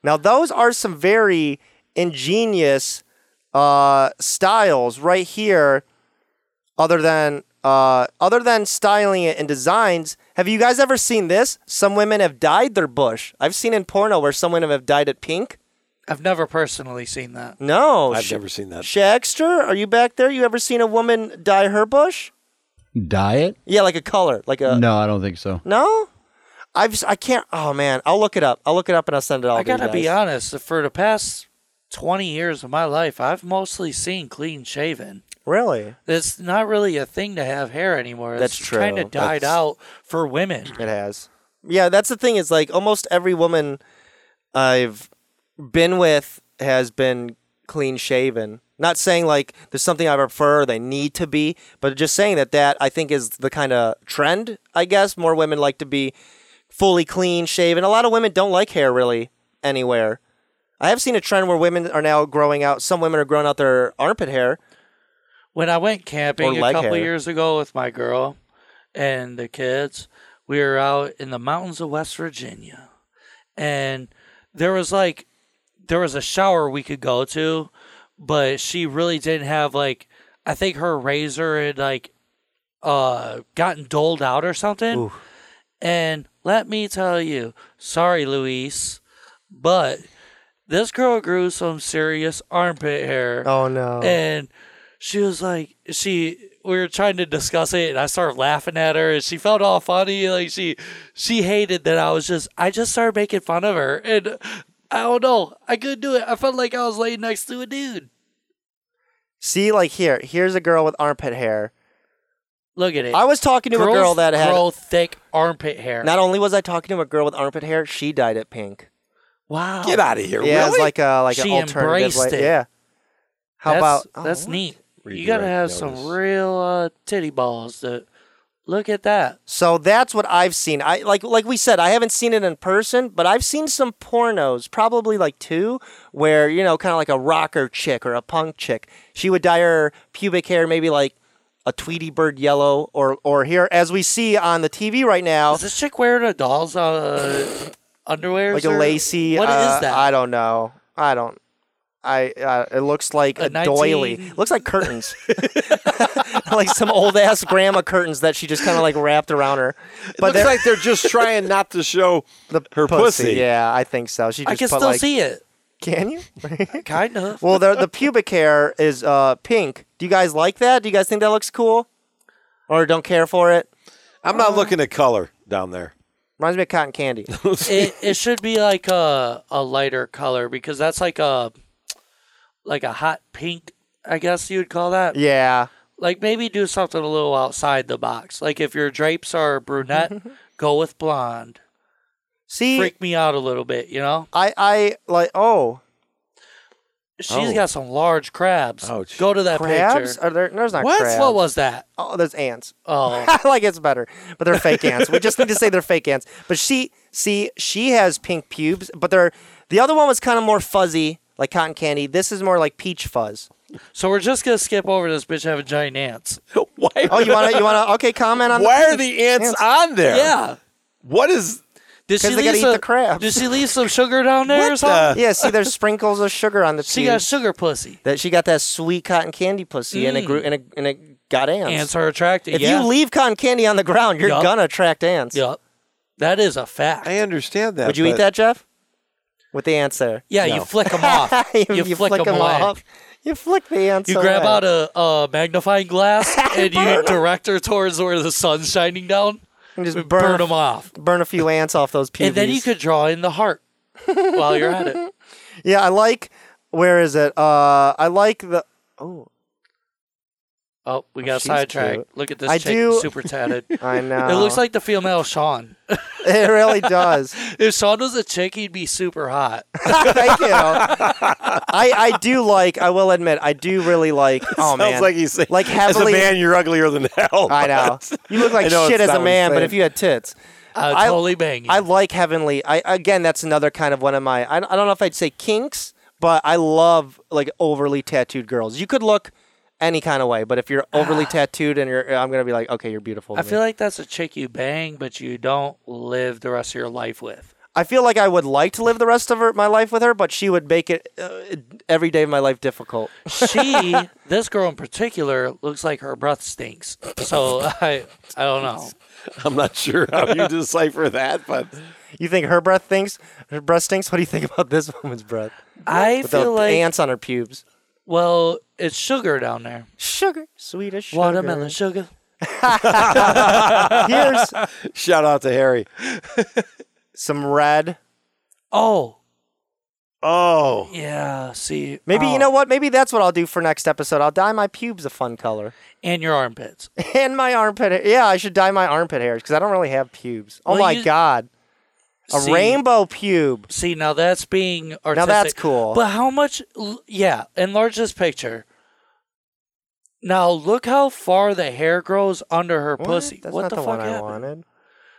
Now, those are some very ingenious uh, styles right here. Other than uh, other than styling it and designs, have you guys ever seen this? Some women have dyed their bush. I've seen in porno where some women have dyed it pink. I've never personally seen that. No, I've Sh- never seen that. Shagster, are you back there? You ever seen a woman dye her bush? Diet? Yeah, like a color, like a No, I don't think so. No? I've s- I can't. Oh man, I'll look it up. I'll look it up and I'll send it all. I to you gotta be guys. honest. For the past twenty years of my life, I've mostly seen clean shaven. Really? It's not really a thing to have hair anymore. That's it's Kind true. of died That's- out for women. It has. Yeah, that's the thing. Is like almost every woman I've been with has been clean shaven. Not saying like there's something I prefer or they need to be, but just saying that that I think is the kind of trend, I guess. More women like to be fully clean shaven. A lot of women don't like hair really anywhere. I have seen a trend where women are now growing out, some women are growing out their armpit hair. when I went Or camping a leg couple hair. years ago with my girl and the kids, we were out in the mountains of West Virginia, and there was like there was a shower we could go to, but she really didn't have like I think her razor had like uh gotten doled out or something. And let me tell you, sorry Luis, but this girl grew some serious armpit hair. Oh no. And she was like, she, we were trying to discuss it, and I started laughing at her, and she felt all funny. Like she, she hated that I was just, I just started making fun of her, and I don't know, I couldn't do it. I felt like I was laying next to a dude. See, like here, here's a girl with armpit hair. Look at it. I was talking to a Girls girl that had. grow thick armpit hair. Not only was I talking to a girl with armpit hair, she dyed it pink. wow. Get out of here. yeah, really? it's like a like She an alternative. embraced like- it. Yeah. How That's- about oh, that's what? neat. You Redirect gotta have some notice. real uh, titty balls. To look at that. So that's what I've seen. I like like we said, I haven't seen it in person, but I've seen some pornos, probably like two, where you know, kind of like a rocker chick or a punk chick. She would dye her pubic hair maybe like a Tweety bird yellow, or or here as we see on the TV right now, Is this chick wearing a doll's uh, underwear? like a sir? lacy. What is uh, that? I don't know. I don't. I uh, it looks like A a, doily. 19 Looks like [laughs] curtains, [laughs] like some old ass grandma curtains that she just kind of like wrapped around her. It looks they're- like they're just trying not to show the her pussy. Yeah, I think so. She just I can put, still like, see it. [laughs] Can [laughs] you? Kind of. well, the the pubic hair is uh pink. Do you guys like that? Do you guys think that looks cool, or don't care for it? I'm not looking at color down there. Reminds me of cotton [laughs] candy. it, it should be like a a lighter color because that's like a like a hot pink, I guess you'd call that. yeah, Like maybe do something a little outside the box. Like if your drapes [laughs] are brunette, go with blonde. see, Freak me out a little bit, you know? I I like oh She's Oh. got some large crabs. Ouch. Go to that crabs picture. are there? There's not What? crabs. What was that? Oh, there's ants. Oh. [laughs] I like it's better, but they're fake ants. We just need to say they're fake ants. But she, see, she has pink pubes, but they're the other one was kind of more fuzzy, like cotton candy. This is more like peach fuzz. So we're just gonna skip over this bitch having giant ants. [laughs] [laughs] Why, Oh, you wanna, you wanna, okay, comment [laughs] on. why the are the ants, on there? Yeah. What is. Did 'Cause she they gotta leave eat the some- crabs. Did she leave some sugar down there or What something? the- Yeah, see, there's sprinkles of sugar on the. She pubes. got sugar pussy. that she got that sweet cotton candy pussy and it grew and it, and it got ants. Mm. Ants are attracted. if yeah. you leave cotton candy on the ground, you're Yup. gonna attract ants. Yep. That is a fact. I understand that. Would you eat but- that, Jeff? With the ants there. yeah, you flick [laughs] them off. you, flick, them, 'em away. You flick the ants. You grab away. out a, a [laughs] magnifying glass and you direct her towards where the sun's shining down. and just burn, Burn a f- them off. burn a few ants off [laughs] those pubes. And then you could draw in [laughs] the heart while you're at it. Yeah, I like. Where is it? Uh, I like the. Oh, Oh, we got she's sidetracked. cute. Look at this I chick, do- super tatted. [laughs] [laughs] I know. It looks like the female Sean. [laughs] it really does. If Sean was a chick, he'd be [laughs] super hot. Thank you. [laughs] I I do like. I will admit, I do really [laughs] like. Oh [laughs] Sounds man, like he's saying, like as a heavily- man, you're uglier than hell. [laughs] I [laughs] know. You look I like know shit it's as not a what man, he's but saying. if you had tits, I'd I- totally bang you. I like heavenly. I again, that's another kind of one of my. I, I don't know if I'd say kinks, but I love like overly tattooed girls. You could look any kind of way, but if you're overly Ah. tattooed and you're, I'm gonna be like, okay, you're beautiful. to I me. feel like that's a chick you bang, but you don't live the rest of your life with. I feel like I would like to live the rest of her, my life with her, but she would make it uh, every day of my life difficult. she, this girl in particular, looks like her breath stinks. So I, I don't know. I'm not sure how [laughs] you decipher that, but You think her breath stinks? Her breath stinks. What do you think about this [laughs] woman's breath? I With the feel like ants on her pubes. well, it's sugar down there. Sugar, sweetest sugar. Watermelon sugar. [laughs] Here's shout out to Harry. some red. Oh Oh, yeah. See, Maybe oh, you know what? Maybe that's what I'll do for next episode. I'll dye my pubes a fun color [laughs] and your armpits. and my armpit. Hair. Yeah, I should dye my armpit hairs because I don't really have pubes. Oh Well, my you- god! A See- rainbow pube. See, now that's being artistic. that's cool. But how much? l- Yeah, enlarge this picture. Now look how far the hair grows under her pussy. That's what not the, the, fuck one I happened? wanted.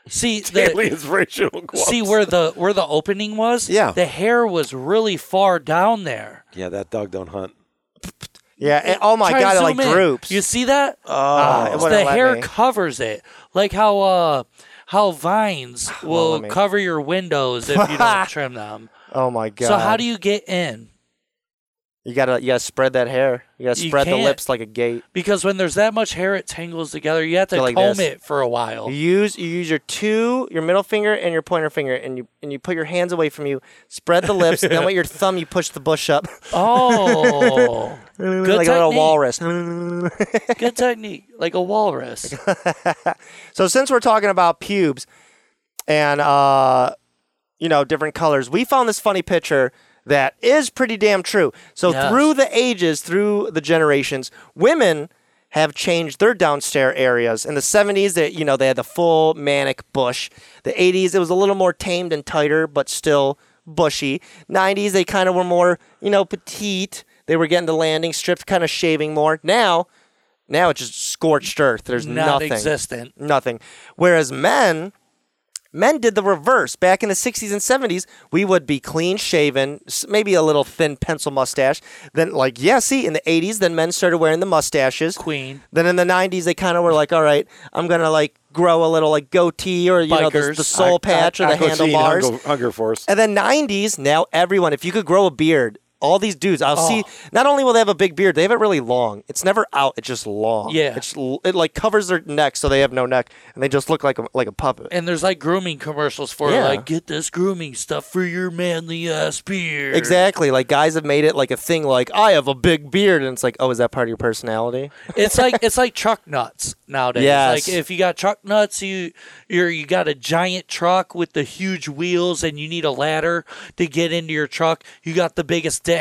[laughs] See, the, Aliens racial qualms. see where the where the opening was. Yeah. the hair was really far down there. Yeah, that dog don't hunt. Yeah. and- oh my Try to god, it zoom like in. droops. You see that? Oh. Ah, it wouldn't the let hair me. covers it, like how uh [sighs] how vines will let me. cover your windows if you [laughs] don't trim them. oh my god. So how do you get in? You gotta you gotta spread that hair. You gotta You spread the can't. lips like a gate. Because when there's that much hair, it tangles together. You have to Go like comb this. it for a [laughs] while. You use you use your two, your middle finger and your pointer finger, and you and you put your hands away from you. Spread the lips. then [laughs] with your thumb, you push the bush up Oh, [laughs] like good a little technique. walrus. [laughs] Good technique, like a walrus. [laughs] so since we're talking about pubes and uh, you know different colors, we found this funny picture that is pretty damn true. So Yes. through the ages, through the generations, women have changed their downstairs areas. In the 70s, that you know they had the full manic bush. The 80s, it was a little more tamed and tighter, but still bushy. 90s, they kind of were more you know petite. They were getting the landing strip, kind of shaving more. Now, now it's just scorched earth. There's nothing Non-existent. nothing. Whereas men, men did the reverse. Back in the 60s and 70s, we would be clean shaven, s- maybe a little thin pencil mustache. Then, like, yeah, see, in the 80s, then men started wearing the mustaches. Queen. Then in the 90s, they kind of were like, all right, I'm going to like grow a little like goatee or, you know, the, Bikers. the soul patch or the Aqua Teen handlebars. Hunger, Hunger Force. And then 90s, now everyone, if you could grow a beard, all these dudes, I'll Oh. see. Not only will they have a big beard, they have it really long. It's never out. It's just long. Yeah. It's l- it like covers their neck, so they have no neck, and they just look like a, like a puppet. And there's like grooming commercials for it, Yeah. like get this grooming stuff for your manly ass beard. exactly. Like guys have made it like a thing. Like I have a big beard, and it's like, oh, is that part of your personality? It's like it's like truck nuts nowadays. Yes. Like if you got truck nuts, you you're you got a giant truck with the huge wheels and you need a ladder to get into your truck. You got the biggest dick.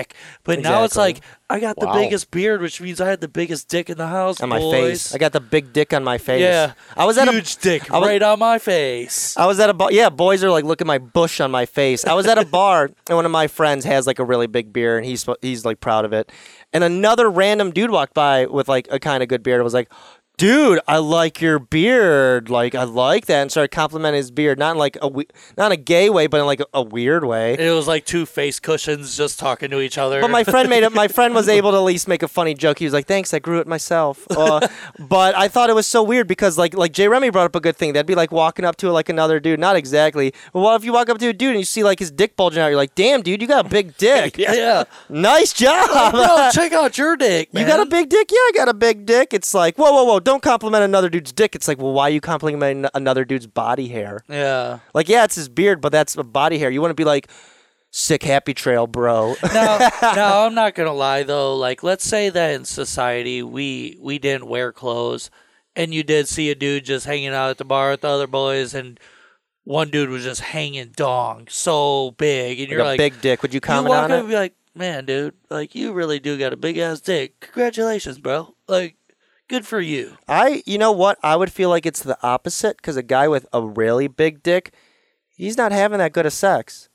But now it's like Exactly. I got Wow. the biggest beard, which means I had the biggest dick in the house. On my boys. face, I got the big dick on my face. Yeah. I was at a huge dick I was- right on my face. I was at a bar. Yeah, boys are like, look at my bush on my face. I was at a bar, and one of my friends has like a really big beard, and he's he's like proud of it. And another random dude walked by with like a kind of good beard. and was like, dude, I like your beard. Like I like that, and started complimenting his beard, not in like a we- not in a gay way, but in like a, a weird way. It was like two face cushions just talking to each other. But my friend made it. My friend was able to at least make a funny joke. He was like, "Thanks, I grew it myself." [laughs] Uh, but I thought it was so weird because, like, like Jay Remy brought up a good thing. That'd be like walking up to like another dude. Not exactly. But what if you walk up to a dude and you see like his dick bulging out? You're like, "Damn, dude, you got a [laughs] big dick. [laughs] yeah. Nice job." [laughs] Bro, [laughs] check out your dick. You got a man. big dick? Yeah, I got a big dick. It's like, whoa, whoa, whoa, don't compliment another dude's dick. It's like, well, why are you complimenting another dude's body hair? Yeah. Like, yeah, it's his beard, but that's a body hair. You wouldn't be like, sick happy trail, bro. [laughs] now, [laughs] now I'm not gonna lie though. Like, let's say that in society we we didn't wear clothes, and you did see a dude just hanging out at the bar with the other boys, and one dude was just hanging dong so big, and like you're a like, big dick. Would you you comment walk on up it? and be like, man, dude, like you really do got a big ass dick. Congratulations, bro. Like, good for you. I, you know what? I would feel like it's the opposite because a guy with a really big dick, he's not having that good of sex.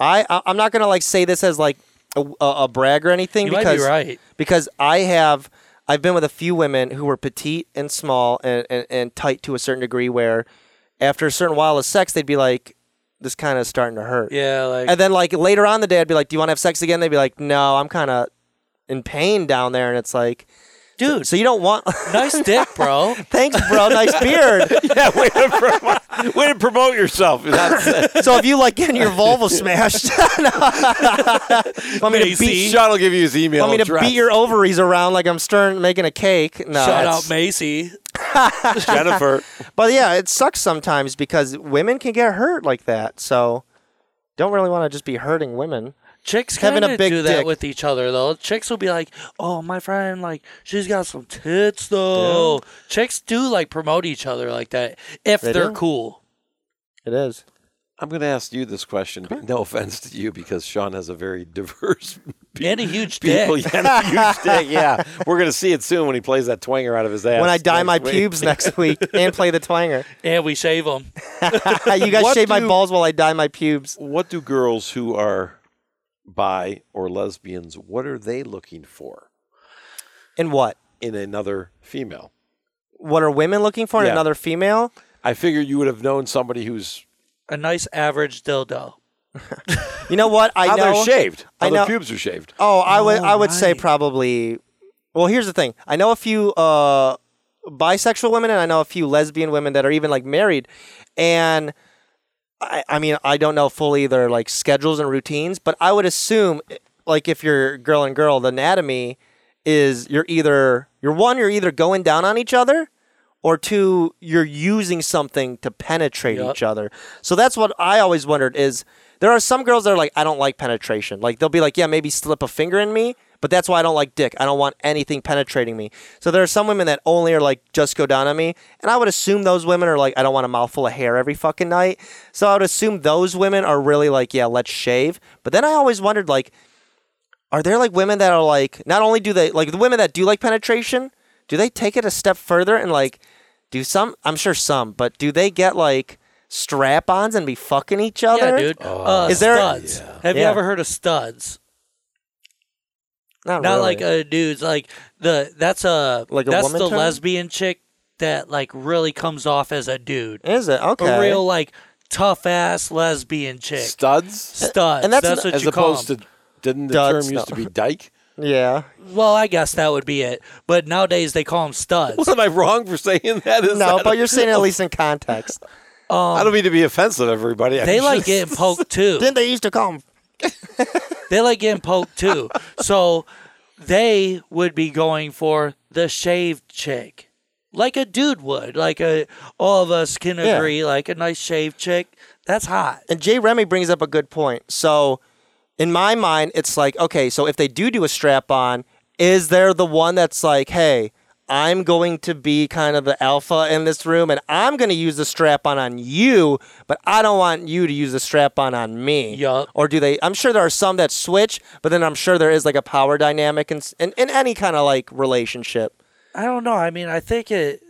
I, I I'm not gonna like say this as like a, a, a brag or anything You might be because right. because I have I've been with a few women who were petite and small and, and, and tight to a certain degree where after a certain while of sex they'd be like this kind of starting to hurt Yeah, like and then like later on in the day I'd be like do you want to have sex again they'd be like no I'm kind of in pain down there and it's like [laughs] dude, so you don't want nice dick, bro. thanks bro nice beard yeah, [laughs] way to, promote, way to promote [laughs] yourself. That's So if you like getting your [laughs] vulva smashed, [laughs] No. want me to it. beat, Sean will give you his email E want me to address. beat your [laughs] ovaries around like I'm stirring making a cake? No, Shout that's- out Macy. [laughs] Jennifer. but yeah, it sucks sometimes because women can get hurt like that. So don't really want to just be hurting women. Chicks Having kind a of big do that dick. with each other though. Chicks will be like, "Oh, my friend, like she's got some tits though." Chicks do like promote each other like that if They they are do. cool. It is. I'm going to ask you this question. No offense to you, because Sean has a very [laughs] diverse [laughs] and a huge people. dick. Yeah, and a huge dick. Yeah, we're gonna see it soon when he plays that twanger out of his ass. when I dye my next week. pubes [laughs] next week and play the twanger. [laughs] And we shave them. you guys What shave my do- balls while I dye my pubes. What do girls who are bi or lesbians? What are they looking for And what? in another female? What are women looking for in Yeah. another female? I figure you would have known somebody who's A nice average dildo. You know what? I how know. they're shaved, how I know- their pubes are shaved. Oh, I would I would say Alright. probably. Well, here's the thing. I know a few uh, bisexual women, and I know a few lesbian women that are even like married, and I, I mean I don't know fully their like schedules and routines, but I would assume like if you're girl and girl, the anatomy is you're either you're one, you're either going down on each other. Or two, you're using something to penetrate Yep. each other. So that's what I always wondered is there are some girls that are like, I don't like penetration. Like they'll be like, yeah, maybe slip a finger in me, but that's why I don't like dick. I don't want anything penetrating me. So there are some women that only are like, just go down on me. And I would assume those women are like, I don't want a mouthful of hair every fucking night. So I would assume those women are really like, yeah, let's shave. But then I always wondered like, are there like women that are like, not only do they, like the women that do like penetration, do they take it a step further and like, do some, I'm sure some, but do they get like strap ons and be fucking each other? Yeah, dude. uh, Oh. Is there- studs? Have you Yeah. ever heard of studs? Not, Not really. like a dude's like the that's a Like a that's woman the term? lesbian chick that like really comes off as a dude. Is it okay? A real like tough ass lesbian chick. Studs, And Studs. And that's that's, an- what as you call opposed 'em. to didn't the Duds, term no. used to be dyke? yeah. Well, I guess that would be it. But nowadays they call [laughs] them studs. Wasn't I wrong for saying that? Is No, that- but you're saying it at least in context. I don't mean to be offensive, everybody. I'm They like just- getting [laughs] poked too. Didn't they used to call them? they like getting [laughs] poked too. So they would be going for the shaved chick, like a dude would. Like a all of us can Yeah. agree, like a nice shaved chick. That's hot. And Jay Remy brings up a good point. So, in my mind, it's like, okay, so if they do do a strap on, is there the one that's like, hey, I'm going to be kind of the alpha in this room and I'm going to use the strap on on you, but I don't want you to use the strap on on me? Yup. Or do they? I'm sure there are some that switch, but then I'm sure there is like a power dynamic in, s- in, in any kind of like relationship. I don't know. I mean, I think it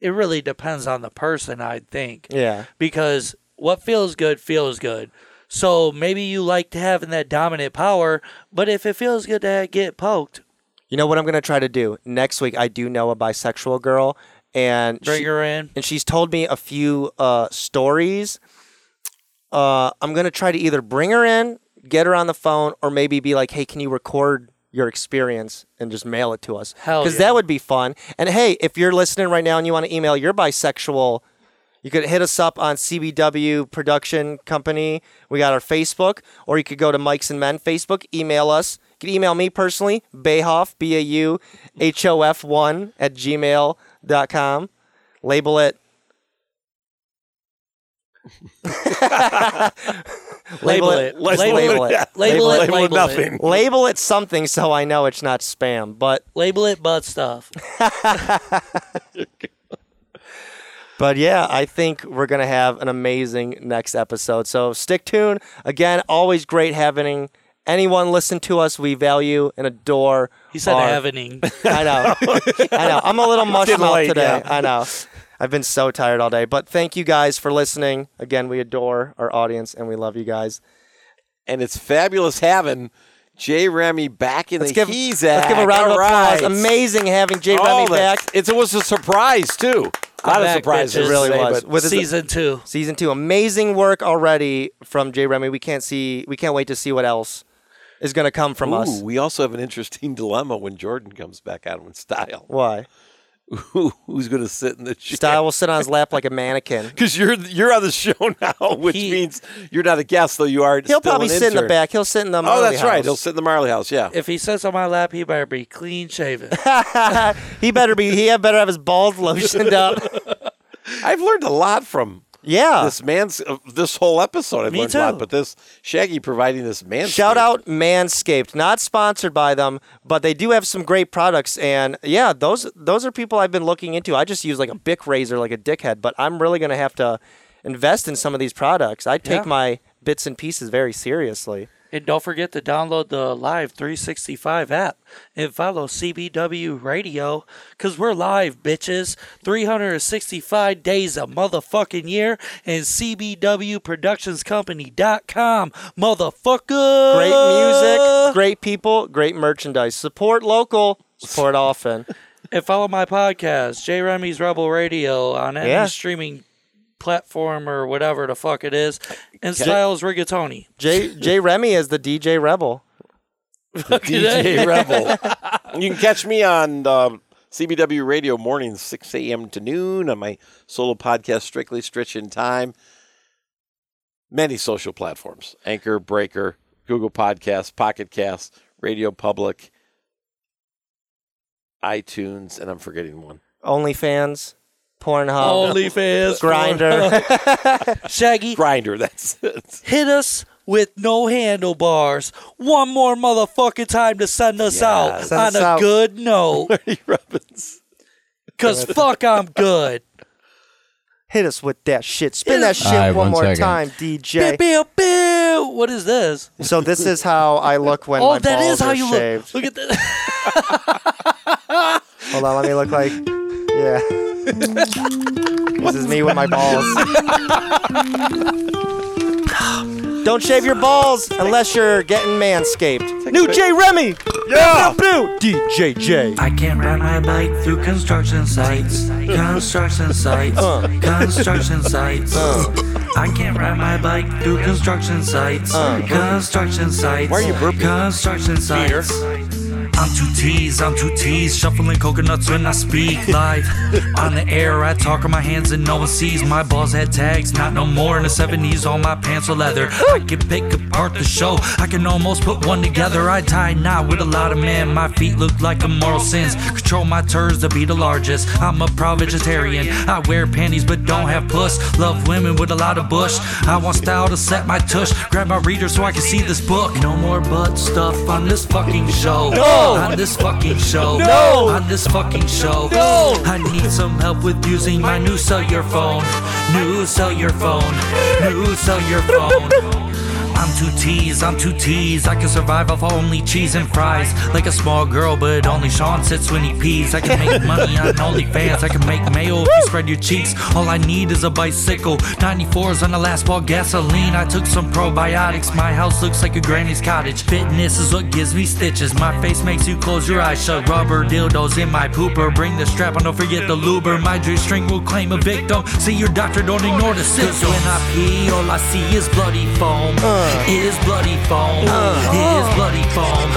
it really depends on the person. I think. Yeah. Because what feels good feels good. So maybe you like to having that dominant power, but if it feels good to get poked, You know what I'm gonna try to do next week? I do know a bisexual girl, and bring she- her in. and she's told me a few uh, stories. Uh, I'm gonna try to either bring her in, get her on the phone, or maybe be like, "Hey, can you record your experience and just mail it to us?" Hell because yeah. that would be fun. And hey, if you're listening right now and you want to email your bisexual, you could hit us up on CBW Production Company. We got our Facebook, or you could go to Mike's and Men Facebook. Email us. You can email me personally, Bayhoff, B A U H O F 1 at gmail.com. Label [laughs] it. Label it. Let's Label label it. Label it. Label nothing. it. Label it something so I know it's not spam. But Label it butt stuff. But yeah, I think we're going to have an amazing next episode. So stick tuned. Again, always great having anyone listen to us. We value and adore. He said our- happening. [laughs] I know. I know. I'm a [laughs] little mush getting mouth late, today. yeah. I know. I've been so tired all day. But thank you guys for listening. Again, we adore our audience and we love you guys. and it's fabulous having Jay Remy back in Let's the give, Keys let's give a Act. round of All applause. right. Amazing having Jay All Remy that- back. It's, it was a surprise too. A lot of back, surprises. bitches. It really today, was. but With his- Season two. Season two, amazing work already from Jay Remy. We can't see, we can't wait to see what else is going to come from us. Ooh, we also have an interesting dilemma when Jordan comes back out in style. [laughs] Why? Who, who's going to sit in the chair? Style will sit on his lap like a [laughs] mannequin. Because you're you're on the show [laughs] now, which He- means you're not a guest, though you are. He'll still probably an sit in the intern. back. He'll sit in the. Oh, Marley [laughs] that's right. He'll house. sit in the Marley House. Yeah. If he sits on my lap, he better be [laughs] clean shaven. He better be. He had better have his balls lotioned [laughs] up. I've learned a lot from Yeah. this man's uh, this whole episode. I've Me learned a lot, too. but this Shaggy providing this man. Shout out Manscaped. Not sponsored by them, but they do have some great products. And yeah, those those are people I've been looking into. I just use like a Bic razor, like a dickhead, but I'm really gonna have to invest in some of these products. I take Yeah. my bits and pieces very seriously. And don't forget to download the Live 365 app and follow CBW Radio because we're live, bitches. 365 days a motherfucking year and CBWProductionsCompany.com, motherfucker. Great music, great people, great merchandise. Support local, support [laughs] often. And follow my podcast, J Remy's Rebel Radio, on any Yeah. streaming platform or whatever the fuck it is. And Styles Rigatoni. J J Remy is the DJ Rebel. DJ Rebel. [laughs] You can catch me on um, CBW Radio mornings, 6 a.m. to noon, on my solo podcast, Strictly Stretch in Time. Many social platforms Anchor, Breaker, Google Podcasts, Pocket Casts, Radio Public, iTunes, and I'm forgetting one. OnlyFans, Pornhub, OnlyFans. Um, [laughs] Grinder. [laughs] Shaggy, Grinder, [laughs] that's it. hit us with no handlebars one more motherfucking time to send us out Send on us a out. good note. Ernie Robbins. [laughs] Because fuck, I'm good. Hit us with that shit. Spin that shit All right, one, one more second. time, Pew, DJ. pew, pew. What is this? so this is how I look when [laughs] oh, my that balls is how are you shaved. look. Look at that. Hold on, let me look like. [laughs] Yeah. this is me with my balls. Don't shave your balls unless you're getting manscaped. New J Remy. Yeah. DJ J. I can't ride my bike through construction sites. Construction sites. [laughs] Construction sites. I can't ride my bike through construction sites. Construction sites. Uh. Why are you burping? Construction sites. I'm two T's, I'm two T's, shuffling coconuts when I speak live. [laughs] On the air, I talk on my hands and no one sees. My balls had tags, not no more. In the 70s, all my pants are leather. I can pick apart the show, I can almost put one together. I tie a knot with a lot of men. My feet look like immoral sins. Control my turds to be the largest. I'm a proud vegetarian. I wear panties but don't have puss. Love women with a lot of bush. I want style to set my tush. Grab my reader so I can see this book. No more butt stuff on this fucking show. No! On this fucking show. No! On this fucking show. No! I need some help with using my new cellular phone. New cellular phone. New cellular phone. I'm two T's, I'm two T's. I can survive off only cheese and fries. Like a small girl, but only Sean sits when he pees. I can make money on OnlyFans. I can make mayo if you spread your cheeks. All I need is a bicycle. 94's on the last ball gasoline. I took some probiotics. My house looks like a granny's cottage. Fitness is what gives me stitches. My face makes you close your eyes shut. Rubber dildos in my pooper. Bring the strap on, don't forget the luber. My drawstring will claim a victim. See your doctor, don't ignore the symptoms. When I pee, all I see is bloody foam. Is bloody foam. Is bloody foam.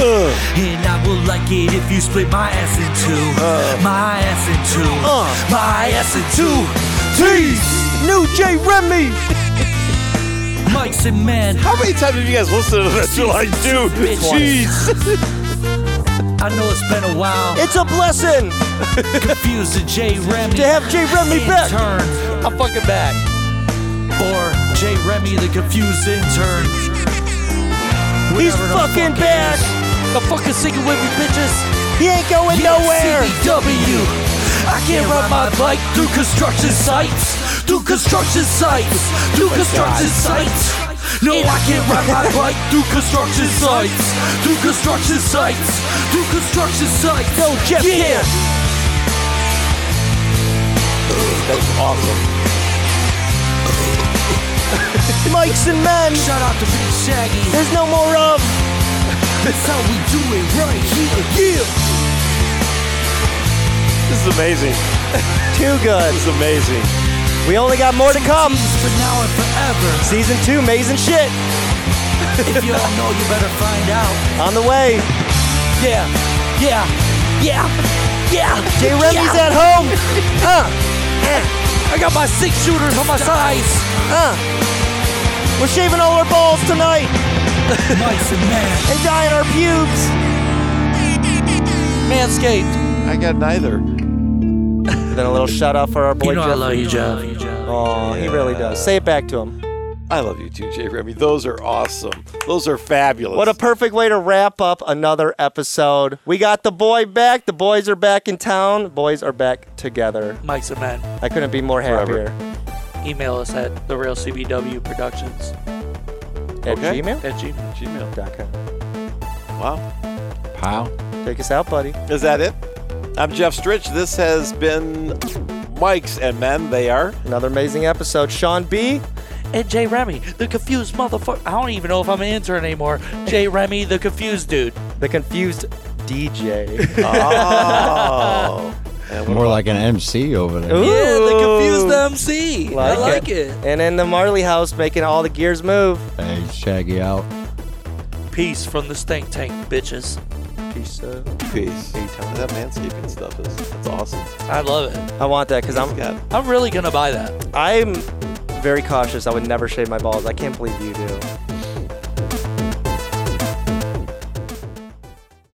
And I will like it if you split my ass in two. My ass in two. My ass in two. New J Remy! Mics and men. How many times have you guys listened to this? You're like, dude, jeez. I know it's been a while. It's a blessing Confused to J. Remy. to have J Remy back. Intern. I'm fucking back. Or J. Remy, the confused intern. He's Whatever the fucking fuck it back. is. The fucking singing with me, bitches. He ain't going nowhere. CBW. I can't ride my bike through construction sites. Through construction sites. Through construction sites. No, I can't ride my bike through construction sites. Through construction sites. Through construction sites. No, Jeff yeah. That's awesome. Mikes and men. Shout out to Big Shaggy. There's no more of. That's how we do it right here. Yeah. This is amazing. Too good. This is amazing. We only got more to come. For now and forever. Season two, amazing shit If you don't know, you better find out. on the way. Yeah. Yeah. Yeah. Yeah. J Remy's at home. I got my six shooters on my sides. We're shaving all our balls tonight Mice and man. and dyeing our pubes. Manscaped. I got neither. Then a little shout out for our boy You know I Jeff. love you, Jeff. Oh, he really does. Say it back to him. I love you too, Jay Remy. Those are awesome. Those are fabulous. What a perfect way to wrap up another episode. We got the boy back. The boys are back in town. Boys are back together. [laughs] Mike's a man. I couldn't be more happier. Email us at the Real CBW Productions. at Okay. gmail.com. At Gmail. Gmail. Wow. Pow. Take us out, buddy. Is that it? I'm Jeff Stritch. This has been Mike's and Men. [laughs] They are. Another amazing episode. Sean B. And Jay Remy, the confused motherfucker. I don't even know if I'm an intern anymore. Jay Remy, the confused dude. The confused [laughs] DJ. Oh. And what More like an MC over there. Ooh. Yeah, the uh, confused MC. I Like like it. it. and in the Marley house, making all the gears move. Hey, Shaggy out. Peace from the stink tank, bitches. Peace out. about peace? That manscaping stuff is that's awesome. I love it. I want that because I'm God. I'm really gonna buy that. I'm very cautious. I would never shave my balls. I can't believe you do.